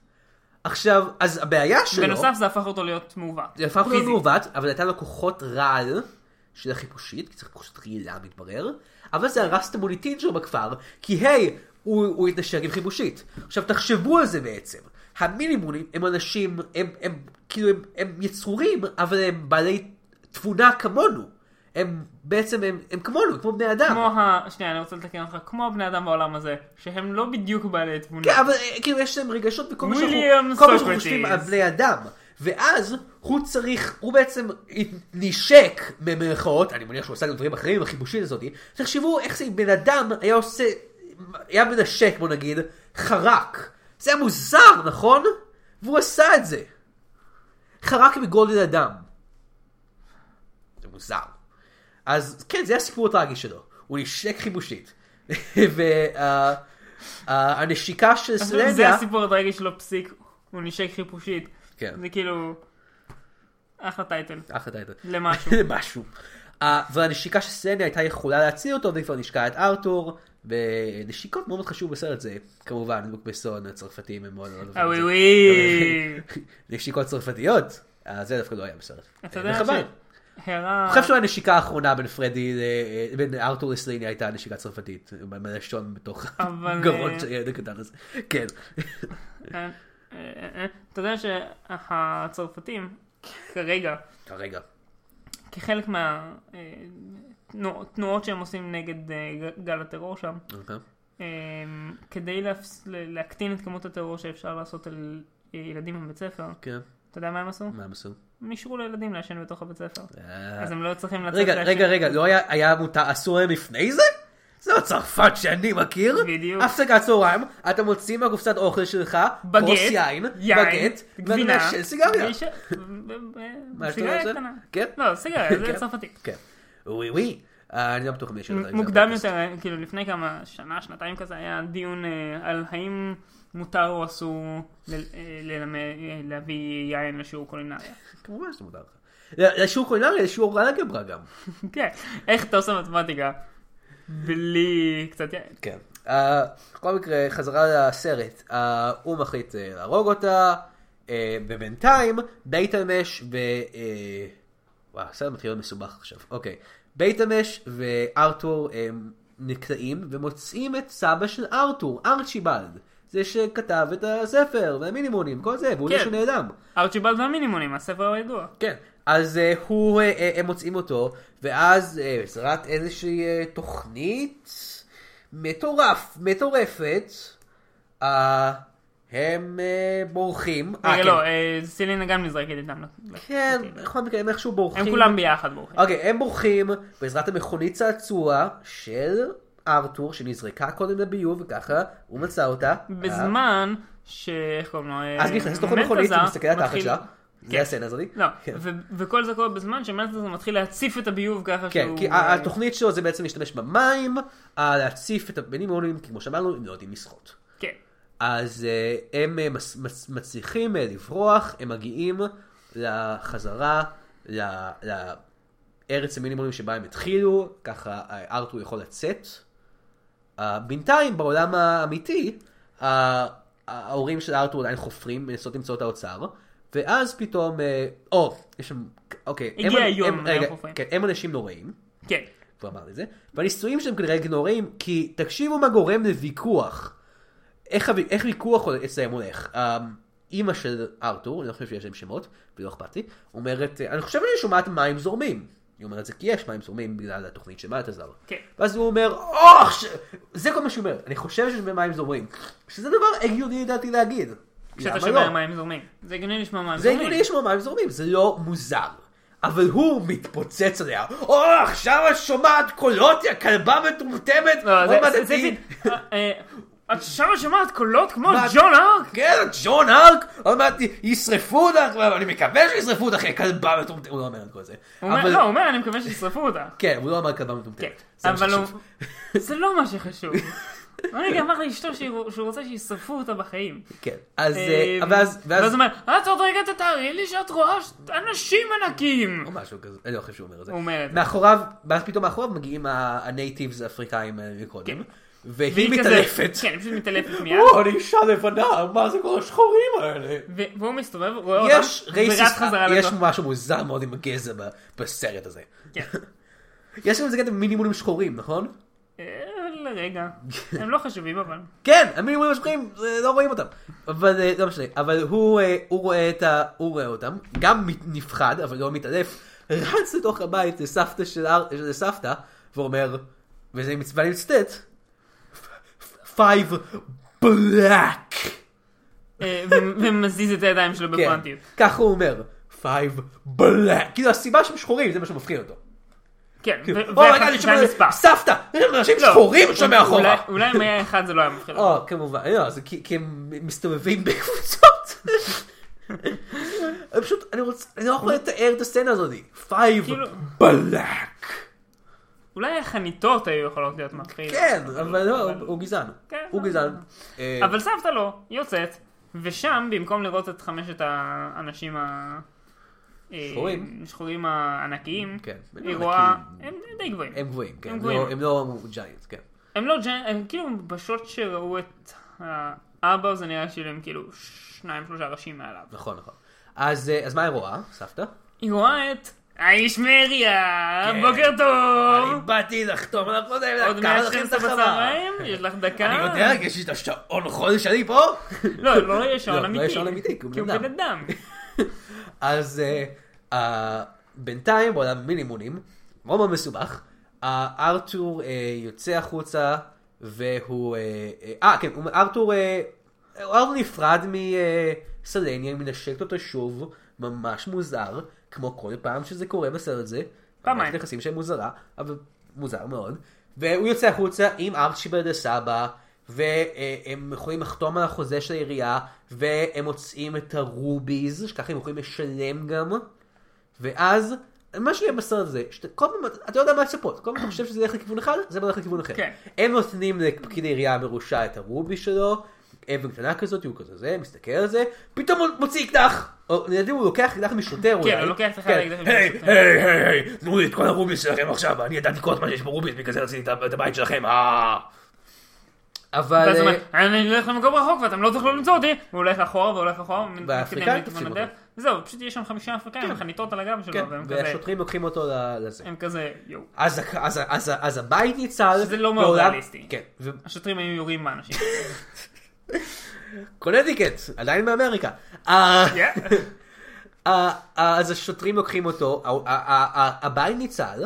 A: עכשיו, אז הבעיה שלו...
B: בנוסף זה הפך אותו להיות מעוות.
A: זה הפך להיות
B: פיזית.
A: מעוות, אבל נתן לו כוחות רעל של החיפושית, כי צריך פשוט רעילה מתברר, אבל זה הרס את המוניטין שלו בכפר, כי היי, הוא, הוא התנשק עם חיפושית. עכשיו תחשבו על זה בעצם. המינימונים הם אנשים, הם, הם כאילו הם, הם יצורים, אבל הם בעלי תבונה כמונו. הם בעצם, הם, הם כמונו, כמו בני אדם.
B: כמו ה... שנייה, אני רוצה לתקן אותך. כמו הבני אדם בעולם הזה, שהם לא בדיוק בעלי תמונה.
A: כן, אבל אה, כאילו יש להם רגשות וכל מה
B: ויליאם
A: שאנחנו כל מה שאנחנו
B: סוקרטיס.
A: חושבים על בני אדם. ואז הוא צריך, הוא בעצם נשק במרכאות, אני מניח שהוא עשה גם דברים אחרים עם החיבושית הזאת, תחשבו איך זה אם בן אדם היה עושה, היה מנשק בוא נגיד, חרק. זה היה מוזר, נכון? והוא עשה את זה. חרק מגולדן אדם. זה מוזר. אז כן, זה הסיפור הטרגי שלו. הוא נשק חיבושית. *laughs* והנשיקה של
B: עכשיו, זה
A: סלניה,
B: הסיפור הטרגי שלו פסיק, הוא נשק חיפושית.
A: כן. אה,
B: זה כאילו... אחלה טייטל.
A: אחלה טייטל.
B: למשהו.
A: *laughs* למשהו. אה, והנשיקה של סלניה הייתה יכולה להציל אותו, והיא כבר נשקה את ארתור, ונשיקות מאוד מאוד חשוב בסרט זה, כמובן, לוק בסון הצרפתים הם מאוד מאוד... אוהבים את
B: אוי
A: זה.
B: ווי.
A: *laughs* נשיקות צרפתיות, אה, זה דווקא לא היה בסרט.
B: אתה יודע
A: וחבל.
B: ש... הרה...
A: אני חושב שהנשיקה האחרונה בין פרדי, ל- אה, בין ארתור לסלייני הייתה נשיקה צרפתית, מלשון בתוך *laughs*
B: אבל,
A: הגרון
B: אה,
A: של הילד הקטן הזה. כן. *laughs*
B: אה, אה, אה. אתה יודע שהצרפתים, כרגע,
A: רגע.
B: כחלק מהתנועות שהם עושים נגד אה, ג- גל הטרור שם,
A: אוקיי.
B: אמ, כדי להפס- ל- להקטין את כמות הטרור שאפשר לעשות על אה, ילדים בבית ספר,
A: כן,
B: אתה יודע מה הם עשו?
A: מה הם עשו?
B: הם אישרו לילדים לעשן בתוך הבית ספר.
A: אה,
B: אז הם לא צריכים לצאת
A: רגע,
B: לעשן.
A: רגע, רגע, לא היה- היה מותר, אסור להם לפני זה? זה לא צרפת שאני מכיר.
B: בדיוק.
A: הפסקת צהריים, אתה מוציא מהקופסת אוכל שלך,
B: בגט,
A: כוס יין, בגט, ואתה
B: גבינה,
A: מעשן סיגריה.
B: ואיש- ו- ו-
A: מה שאתה
B: סיגריה
A: רוצה?
B: קטנה.
A: כן.
B: לא, סיגריה,
A: כן.
B: זה צרפתי.
A: כן. וואי וואי. אה, אני לא בטוח מי יש
B: מ- מוקדם יותר, כאילו לפני כמה שנה, שנתיים כזה, היה דיון אה, על האם מותר או אסור ל- אה, ללמד- אה, להביא יין לשיעור קולינריה.
A: כמובן שזה מותר לך. זה זה שיעור קולינרי, זה שיעור על הגברה גם.
B: כן, איך אתה עושה מתמטיקה בלי קצת יין?
A: כן. אה, בכל מקרה, חזרה לסרט. אה, הוא מחליט אה, להרוג אותה, אה, ובינתיים, בייטמש ו... אה, וואו, הסרט מתחיל להיות מסובך עכשיו. אוקיי. בייטמש וארתור אה, נקטעים ומוצאים את סבא של ארתור, ארצ'יבלד. זה שכתב את הספר, והמינימונים, כל זה, והוא
B: כן.
A: זה שנעלם.
B: ארצ'יבלד והמינימונים, הספר הידוע.
A: כן. אז אה, הוא, אה, אה, הם מוצאים אותו, ואז אה, בעזרת איזושהי אה, תוכנית מטורף, מטורפת, אה, הם אה, בורחים. אה,
B: רגע,
A: כן.
B: לא, אה, סילינה גם נזרקת איתם. ל-
A: כן,
B: לקטינה.
A: בכל מקרה, הם איכשהו בורחים.
B: אוקיי. הם כולם ביחד בורחים.
A: אוקיי, הם בורחים בעזרת המכונית צעצוע של ארתור, שנזרקה קודם לביוב, וככה הוא מצא אותה.
B: בזמן ש... איך קוראים לו? אה,
A: אה, אז נכנס לתוך המכונית,
B: מלטזר
A: הוא מסתכל על תחת
B: מתחיל-
A: שלה.
B: כן.
A: זה הסצנה הזאתי.
B: לא,
A: כן.
B: ו- וכל זה קורה בזמן שמלטזר מתחיל להציף את הביוב ככה
A: כן,
B: שהוא...
A: כי ה-
B: אה,
A: התוכנית שלו זה בעצם להשתמש במים, אה, להציף את הבנימונים, כי כמו שאמרנו, הם לא יודעים לשחות.
B: כן.
A: אז אה, הם אה, מס- מס- מצליחים אה, לברוח, הם מגיעים לחזרה, ל- לארץ המינימונים שבה הם התחילו, ככה אה, ארתור יכול לצאת. אה, בינתיים, בעולם האמיתי, אה, ההורים של ארתור עדיין חופרים, מנסות למצוא את האוצר, ואז פתאום, אה, או, יש שם, אוקיי, הם-
B: הגיע היום,
A: הם-
B: הם
A: רגע,
B: חופרים.
A: כן, הם אנשים נוראים.
B: כן.
A: כבר אמרתי את זה, והניסויים שלהם כנראה גנורים, כי תקשיבו מה גורם לוויכוח. איך, הוו- איך ויכוח הול- אצלם הולך. Um, אימא של ארתור, אני לא חושב שיש להם שמות, ולא אכפת לי, אומרת, "אה, אני חושב שאני שומעת מים זורמים. היא אומרת את זה כי יש מים זורמים בגלל התוכנית של מלטזר.
B: כן.
A: ואז הוא אומר, אוח! ש... זה כל מה שהוא אומר, אני חושב שיש מים זורמים. שזה דבר הגיוני לדעתי להגיד.
B: כשאתה
A: למה
B: שומע
A: לא?
B: מים זורמים. זה הגיוני לשמוע מים
A: זה
B: זורמים.
A: הגיוני לשמוע מים זורמים, זה לא מוזר. אבל הוא מתפוצץ עליה, או עכשיו את שומעת קולות, יא כלבה מטומטמת,
B: לא, זה-
A: עוד מעט
B: זה-
A: את
B: זה...
A: תהיי-
B: זה- אה, אה, את שמה שומעת קולות כמו
A: מה-
B: ג'ון ארק?
A: כן, את ג'ון הארק, עוד מעט י- ישרפו אותך, ואני מקווה שישרפו אותך, יא כלבה מטומטמת, הוא לא אומר את כל זה.
B: הוא אומר,
A: אבל-
B: לא, הוא אומר, אני מקווה שישרפו אותה.
A: כן, הוא לא אמר כלבה
B: כן,
A: מטומטמת. זה מה
B: אבל הוא...
A: שחשוב.
B: זה לא מה שחשוב. רגע, אמר לאשתו שהוא שהוא רוצה שישרפו אותה בחיים.
A: כן, אז, אה, ואז,
B: אמ, ואז
A: ואז,
B: הוא אומר, "אה, את עוד רגע תתארי לי שאת רואה ש- אנשים ענקים.
A: או משהו כזה, אני לא חושב שהוא אומר את זה.
B: הוא אומר את זה.
A: מאחוריו, ואז פתאום מאחוריו מגיעים ה- הנייטיבס האפריקאים אה,
B: כן.
A: מקודם, והיא
B: והיא כזה-
A: מתעלפת.
B: כן, היא פשוט
A: *laughs*
B: מתעלפת מיד.
A: או, אני אישה לבנה, מה זה כל השחורים האלה?
B: ו- והוא מסתובב, רואה אותם,
A: יש
B: ורץ
A: רייסיס, אה,
B: חזרה
A: יש
B: לתוך.
A: משהו מוזר מאוד עם הגזע ב- בסרט הזה.
B: כן.
A: יש לנו את זה גם עם מינימונים שחורים, נכון?
B: אה,
A: *laughs*
B: לרגע. הם לא חשובים אבל.
A: כן, המינימונים השחורים, אה, לא רואים אותם. אבל אה, לא משנה, אבל הוא אה, הוא רואה את ה... הוא רואה אותם, גם מת- נפחד, אבל לא מתעלף, רץ לתוך הבית לסבתא של אר- של סבתא, ואומר, וזה מצ- ואני מצטט, פייב בלאק.
B: אה, ו- ומזיז את הידיים שלו
A: כן,
B: בפרנטיות.
A: ככה הוא אומר, פייב בלאק. כאילו הסיבה שהם שחורים, זה מה שמפחיד אותו.
B: כן, ו-
A: כאילו,
B: ו-
A: "Oh my God, אני
B: זה
A: שומע-
B: המספר.
A: סבתא, אנשים
B: לא,
A: שחורים שם
B: אולי-
A: מאחורה.
B: אולי אם היה אחד זה לא היה מפחיד. אותו.
A: או, כמובן, לא, זה כי כי הם מסתובבים *laughs* בקבוצות. אני פשוט, אני רוצה, אני לא יכול לתאר את הסצנה הזאת. פייב
B: כאילו-
A: בלק.
B: אולי החניתות היו יכולות להיות מפחיד.
A: כן, אבל לא, הוא- הוא גזען.
B: אה, כן,
A: הוא
B: לא,
A: גזען.
B: לא.
A: אה,
B: אבל סבתא לא, היא יוצאת, ושם במקום לראות את חמשת האנשים ה... אה,
A: שחורים.
B: השחורים הענקיים,
A: כן,
B: היא
A: הם
B: רואה,
A: ענקיים.
B: הם די גבוהים.
A: הם גבוהים, כן.
B: הם
A: הם
B: גבוהים.
A: לא- הם לא ג'יינט, כן.
B: הם לא ג'ן... הם כאילו בשוט שראו את האבא, זה נראה כאילו הם כאילו שניים שלושה ראשים מעליו.
A: נכון, נכון. אז אה, אז מה היא רואה, סבתא?
B: היא רואה את האיש מריה,
A: כן.
B: בוקר טוב!
A: באתי לחתום על הקודם,
B: עוד מעט שכם את אה. הבצריים, יש לך דקה.
A: אני יודע, יש לי את השעון חודש שלי
B: *laughs*
A: פה.
B: לא, לא יש שעון
A: לא, לא
B: אמיתי.
A: יש שעון אמיתי, כי הוא
B: כי הוא
A: בן
B: בן אדם.
A: אז אה, אה, בינתיים בעולם מינימונים, מאוד מאוד מסובך, אה, ארתור אה, יוצא החוצה והוא... אה, אה, אה, כן, הוא- ארתור אה, ארתור נפרד מסלניה, מנשקת אותו שוב, ממש מוזר, כמו כל פעם שזה קורה בסרט זה.
B: פעמיים.
A: מערכת היחסים שלהם מוזרה, אבל מוזר מאוד. והוא יוצא החוצה עם ארצ'יבר דה סבא, והם יכולים לחתום על החוזה של העירייה, והם מוצאים את הרוביז, שככה הם יכולים לשלם גם. ואז, מה שיהיה בסרט הזה, שאתה כל פעם, אתה לא יודע מה לצפות, כל פעם אתה חושב שזה ילך לכיוון אחד, זה הולך לכיוון אחר.
B: כן.
A: הם נותנים לפקיד העירייה המרושע את הרובי שלו, אבן קטנה כזאת, הוא כזה זה, מסתכל על זה, פתאום הוא מוציא אקדח! או, לדעתי הוא לוקח אקדח משוטר אולי.
B: הוא כן, לוקח את אחד האקדחים
A: אוקיי. כן. היי,
B: משוטר.
A: היי, היי, היי, תנו לי את כל הרוביס שלכם עכשיו, אני ידעתי כל הזמן שיש ברוביס, בגלל זה רציתי את- את הבית שלכם, אה. אבל... אה,
B: ואז הוא אומר, אני הולך למקום רחוק ואתם לא תוכלו למצוא אותי. הוא הולך אחורה והולך אחורה.
A: והאפריקאים
B: מתקדם לכיוון
A: תופסים
B: הדרך.
A: אותו.
B: זהו, פשוט יש שם חמישה אפריקאים עם חניתות על הגב
A: כן,
B: שלו. והם כזה-
A: והשוטרים לוקחים אותו ל- לזה.
B: הם כזה, יואו.
A: אז ה- אז ה- אז ה- אז הבית ניצל.
B: שזה לא מאוד
A: בעולם-
B: ריאליסטי.
A: כן, ו-
B: השוטרים היו יורים באנשים.
A: קונטיקט, עדיין באמריקה. אה,
B: כן.
A: אה, אה, אז השוטרים לוקחים אותו, ה- ה- ה- ה- הבית ניצל,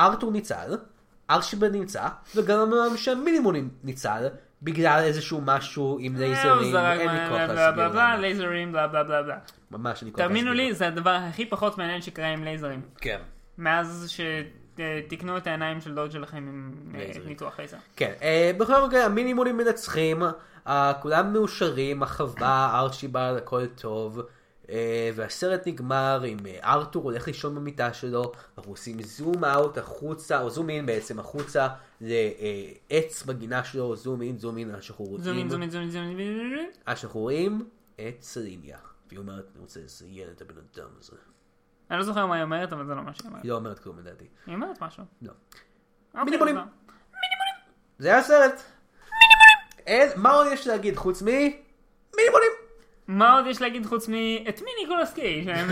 A: ארתור ניצל, ארשיבל נמצא, וגם שהמינימום ניצל, בגלל איזשהו משהו עם
B: אה, הוא
A: *laughs* לייזרים,
B: זרק
A: אין לי
B: מה-
A: כוח
B: בלה
A: להסביר.
B: בלה בלה,
A: למה.
B: לייזרים, בלה בלה בלה בלה.
A: ממש אין לי כוח להסביר.
B: תאמינו לי, זה הדבר הכי פחות מעניין שקרה עם לייזרים.
A: כן.
B: מאז שתיקנו את העיניים של דוד שלכם עם אה,
A: לייזרים.
B: ניתוח לייזר.
A: כן, אה, בכל מקרה המינימונים מנצחים, אה, כולם מאושרים, החווה, ארצ'יבל, הכל טוב, אה, והסרט נגמר עם אה, ארתור הולך לישון במיטה שלו, אנחנו עושים זום אאוט החוצה, או זום אין בעצם החוצה, לעץ בגינה שלו, זום אין, זום אין, עד שאנחנו
B: זומים,
A: רואים,
B: זומים, זומים, זומים, זומים.
A: עד שאנחנו רואים את סליניה, והיא אומרת, אני רוצה לזיין את הבן אדם הזה.
B: אני לא זוכר מה היא אומרת, אבל זה לא מה שהיא אומרת.
A: היא לא אומרת כלום לדעתי.
B: היא אומרת משהו.
A: לא.
B: אוקיי,
A: מינימולים.
B: אז לא.
A: זה היה סרט. מינימונים! מה עוד יש להגיד חוץ מ... מינימונים!
B: מה עוד יש להגיד חוץ מ... את מי ניקולס קיי שהם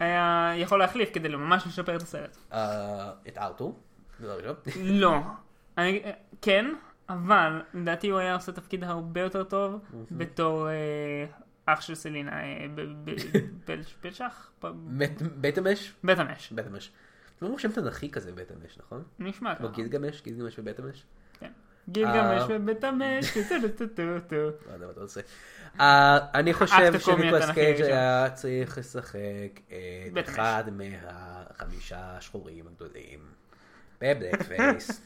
B: היה יכול להחליף כדי לא ממש לשפר את הסרט?
A: אה, את ארתור. דבר ראשון.
B: לא. אני- כן, אבל לדעתי הוא היה עושה תפקיד הרבה יותר טוב בתור אה, אח של סלינה אה, ב- ב- בלש- בלשח? ב-
A: מת- בית המש?
B: בית המש.
A: בית המש. לא אמרו שם תנכי כזה בית המש, נכון?
B: נשמע ככה.
A: לא גילגמש? גילגמש ובית המש?
B: כן. גילגמש ובית המש, טו-טו-טו-טו.
A: לא יודע מה אתה
B: *laughs*
A: רוצה. אה, אני חושב
B: הקומי
A: שניקולס
B: התנכי
A: קייג'
B: שם.
A: היה צריך לשחק את
B: בית
A: אחד מהחמישה השחורים הגדולים. בבלק פייס.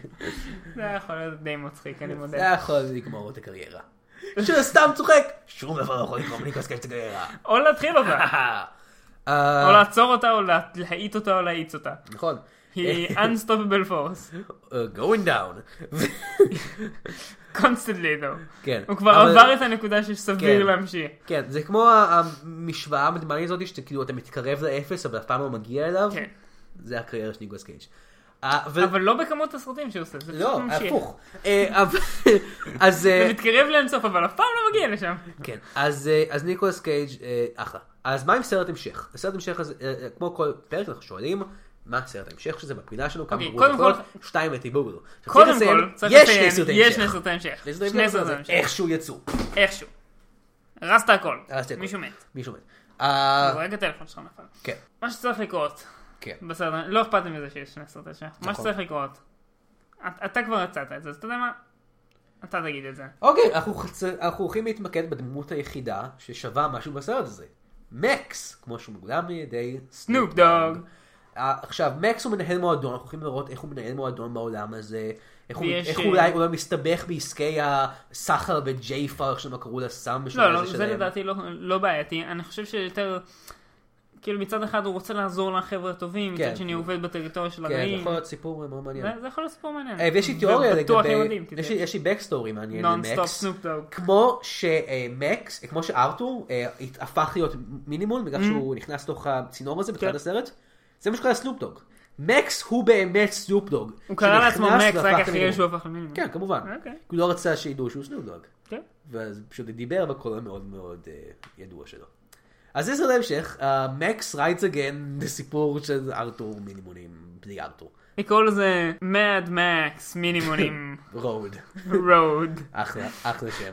B: *laughs* זה היה יכול להיות די מצחיק, אני
A: *laughs* זה
B: מודה.
A: היה יכול לגמור את הקריירה. שסתם צוחק! שום דבר לא יכול לגמור לניקולס קייג' את
B: *laughs*
A: הקריירה.
B: או להתחיל אותה,
A: אה,
B: או לעצור אותה, או לה- להאיט אותה, או להאיץ אותה.
A: נכון.
B: היא
A: *laughs*
B: unstoppable force.
A: אה, going down. *laughs*
B: constantly though.
A: כן.
B: הוא כבר
A: אבל-
B: עבר את הנקודה שסביר
A: כן.
B: להמשיך.
A: כן, זה כמו ה- המשוואה המדמנית הזאת, שאתה כאילו, אתה מתקרב לאפס, אבל אף פעם לא מגיע אליו.
B: כן.
A: זה הקריירה של ניקולס קייג'. אה, אבל...
B: אבל לא בכמות הסרטים שהוא עושה, זה פשוט
A: לא,
B: ממשיך.
A: הפוך. אה, אבל- *laughs* אז... אה,
B: זה מתקרב לאינסוף, אבל אף פעם לא מגיע לשם.
A: כן, אז, אה, אז ניקולס קייג' אה, אחלה. אז מה עם סרט המשך? הסרט המשך הזה, אה, אה, כמו כל פרק, אנחנו שואלים, מה סרט ההמשך שזה בפינה שלנו, כמה
B: אוקיי,
A: ברור
B: קודם
A: לכל,
B: כל-
A: שתיים את היבוגלו.
B: קודם כל, צריך לציין, יש שני סרטי המשך.
A: שני
B: שני סרטי המשך.
A: איכשהו יצאו.
B: איכשהו. הרסת הכל.
A: הרסתי הכל.
B: מישהו מת.
A: מישהו מת. אה,
B: זורק הטלפון שלך נפל.
A: כן,
B: מה שצריך לקרות,
A: כן. נכון.
B: בסדר, לא אכפת לי מזה שיש שני סרטי המשך. מה שצריך לקרות, את- אתה כבר הצעת את זה, אז אתה יודע מה? אתה תגיד את זה.
A: אוקיי, אנחנו חצ- אנחנו הולכים להתמקד בדמות היחידה ששווה משהו בסרט הזה. מקס, כמו שהוא מוקדם על ידי
B: סנופ דוג.
A: אה, עכשיו, מקס הוא מנהל מועדון, אנחנו הולכים לראות איך הוא מנהל מועדון בעולם הזה, איך, הוא,
B: ויש,
A: איך
B: אה,
A: אולי הוא לא מסתבך בעסקי הסחר בג'ייפר, איך שהם קראו לסם בשביל
B: לא, לא,
A: הזה
B: זה לדעתי לא- לא בעייתי. אני חושב שיותר כאילו מצד אחד הוא רוצה לעזור לחבר'ה הטובים,
A: כן.
B: מצד שני הוא עובד בטריטוריה של
A: כן, זה
B: הרעים.
A: יכול להיות סיפור מאוד מעניין.
B: זה- זה יכול להיות סיפור מעניין.
A: אה, ויש לי תיאוריה
B: ובטוח
A: לגבי...
B: יהודים, כי
A: יש
B: זה לא,
A: לי- יש לי בקסטורי מעניין
B: נונסטופ
A: למקס.
B: סנופ דאג.
A: כמו שמקס, כמו שארתור אה, הת- הפך להיות מינימול בגלל שהוא נכנס לתוך הצינור הזה בתחילת
B: Mm-hmm. כן.
A: הסרט, זה מה שקרה לסנופדוג. מקס הוא באמת סנופדוג.
B: הוא קרא לעצמו
A: שנכנס
B: מקס
A: והפך
B: רק אחרי
A: למינימול.
B: שהוא הפך למינימום.
A: כן, כמובן. כי
B: אוקיי.
A: הוא לא רצה שידעו שהוא סנופדוג.
B: כן.
A: ואז פשוט דיבר בקול המאוד מאוד אה, ידוע שלו. אז זה סרט ההמשך, אה, מקס רייטס אגן זה סיפור של ארתור מינימונים, בלי ארתור.
B: לקרוא לזה מד
A: *laughs*
B: מקס מינימונים
A: רוד.
B: רוד,
A: אחלה, אחלה שם.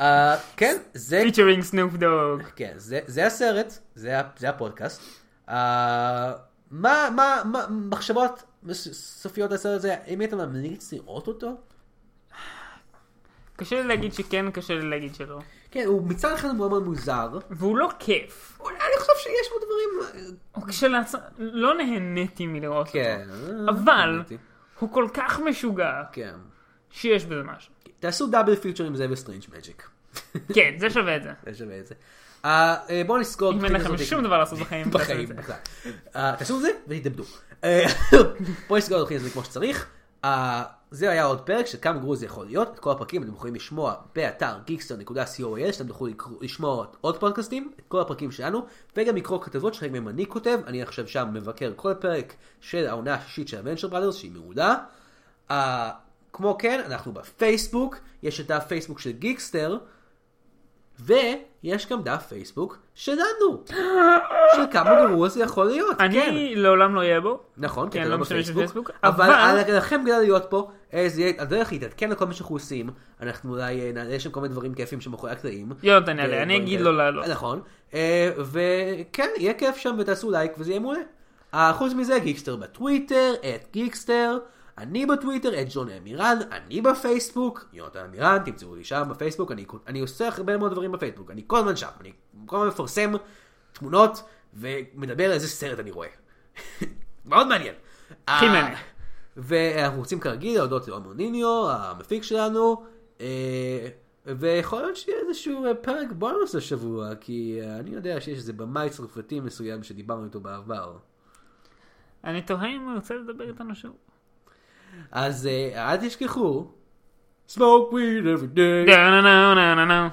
A: אה, כן, זה
B: פיצ'רינג סנופ דוג.
A: כן, זה, זה הסרט, זה, ה- זה הפודקאסט. Uh, מה, מה, מה, מחשבות מס- סופיות על הסרט הזה, אם היית ממליץ לראות אותו?
B: קשה לי להגיד שכן, קשה לי להגיד שלא.
A: כן, הוא מצד אחד מאוד מאוד מוזר.
B: והוא לא כיף.
A: אולי אני חושב שיש בו דברים... אה,
B: הוא כשלעצמו, לא נהניתי מלראות אותו.
A: כן.
B: אבל,
A: הבנתי.
B: הוא כל כך משוגע,
A: כן.
B: שיש בזה משהו.
A: תעשו דאבל פיצ'ר עם זה וסטרינג' מג'יק.
B: כן, זה שווה את זה.
A: זה שווה את זה. אה, אה, בואו נסגור...
B: אם
A: את
B: אין
A: התוכנית
B: לכם
A: הזאת.
B: שום דבר לעשות בחיים, כן. תעשו את
A: בחיים
B: זה.
A: בכלל. אה, תעשו את זה ותתאבדו. אה, *laughs* בואו נסגור את התוכנית הזאת כמו שצריך. אה, זה היה עוד פרק של כמה גרוע זה יכול להיות. את כל הפרקים אתם יכולים לשמוע באתר geekster.co.il, שאתם תוכלו לקרוא- לשמוע עוד פודקאסטים, את כל הפרקים שלנו, וגם לקרוא כתבות שחלק מהם אני כותב. אני עכשיו שם מבקר כל פרק של העונה השישית של הוונצ'ר בראדרס, שהיא מעולה. אה, כמו כן, אנחנו בפייסבוק, יש את דף פייסבוק של גיקסטר, ויש גם דף פייסבוק שלנו, של כמה גרוע זה יכול להיות, כן.
B: אני לעולם לא אהיה בו.
A: נכון, כי
B: כן,
A: אתה לא
B: לא משתמש
A: בפייסבוק,
B: בפייסבוק,
A: אבל
B: אבל-
A: על- לכם כדאי להיות פה, אה, זה יהיה הדרך להתעדכן לכל מה שאנחנו עושים, אנחנו אולי אה, נעלה שם כל מיני דברים כיפים שמאחורי הקטעים.
B: יונתן יעלה, אני
A: ודברים
B: אגיד
A: כאלה.
B: לו לעלות.
A: נכון, אה, וכן, יהיה כיף שם ותעשו לייק וזה יהיה מעולה. אה, חוץ מזה, גיקסטר בטוויטר, את גיקסטר, אני בטוויטר, את ג'ון אמירן, אני בפייסבוק, יונתן אמירן, תמצאו לי שם בפייסבוק, אני, אני עושה הרבה מאוד דברים בפייסבוק, אני כל הזמן שם, אני כל הזמן מפרסם תמונות ומדבר על איזה סרט אני רואה. *laughs* מאוד מעניין.
B: הכי
A: אה,
B: מעניין.
A: ואנחנו רוצים כרגיל להודות לעומר ניניו, המפיק שלנו, אה, ויכול להיות שיהיה איזשהו אה, פרק בונוס השבוע, כי אה, אני יודע שיש איזה במאי צרפתי מסוים שדיברנו איתו בעבר.
B: אני תוהה אם הוא ירצה לדבר איתנו שוב.
A: אז אה, אל תשכחו, smoke weed every day.
B: דה, נה, נה, נה, נה, נה.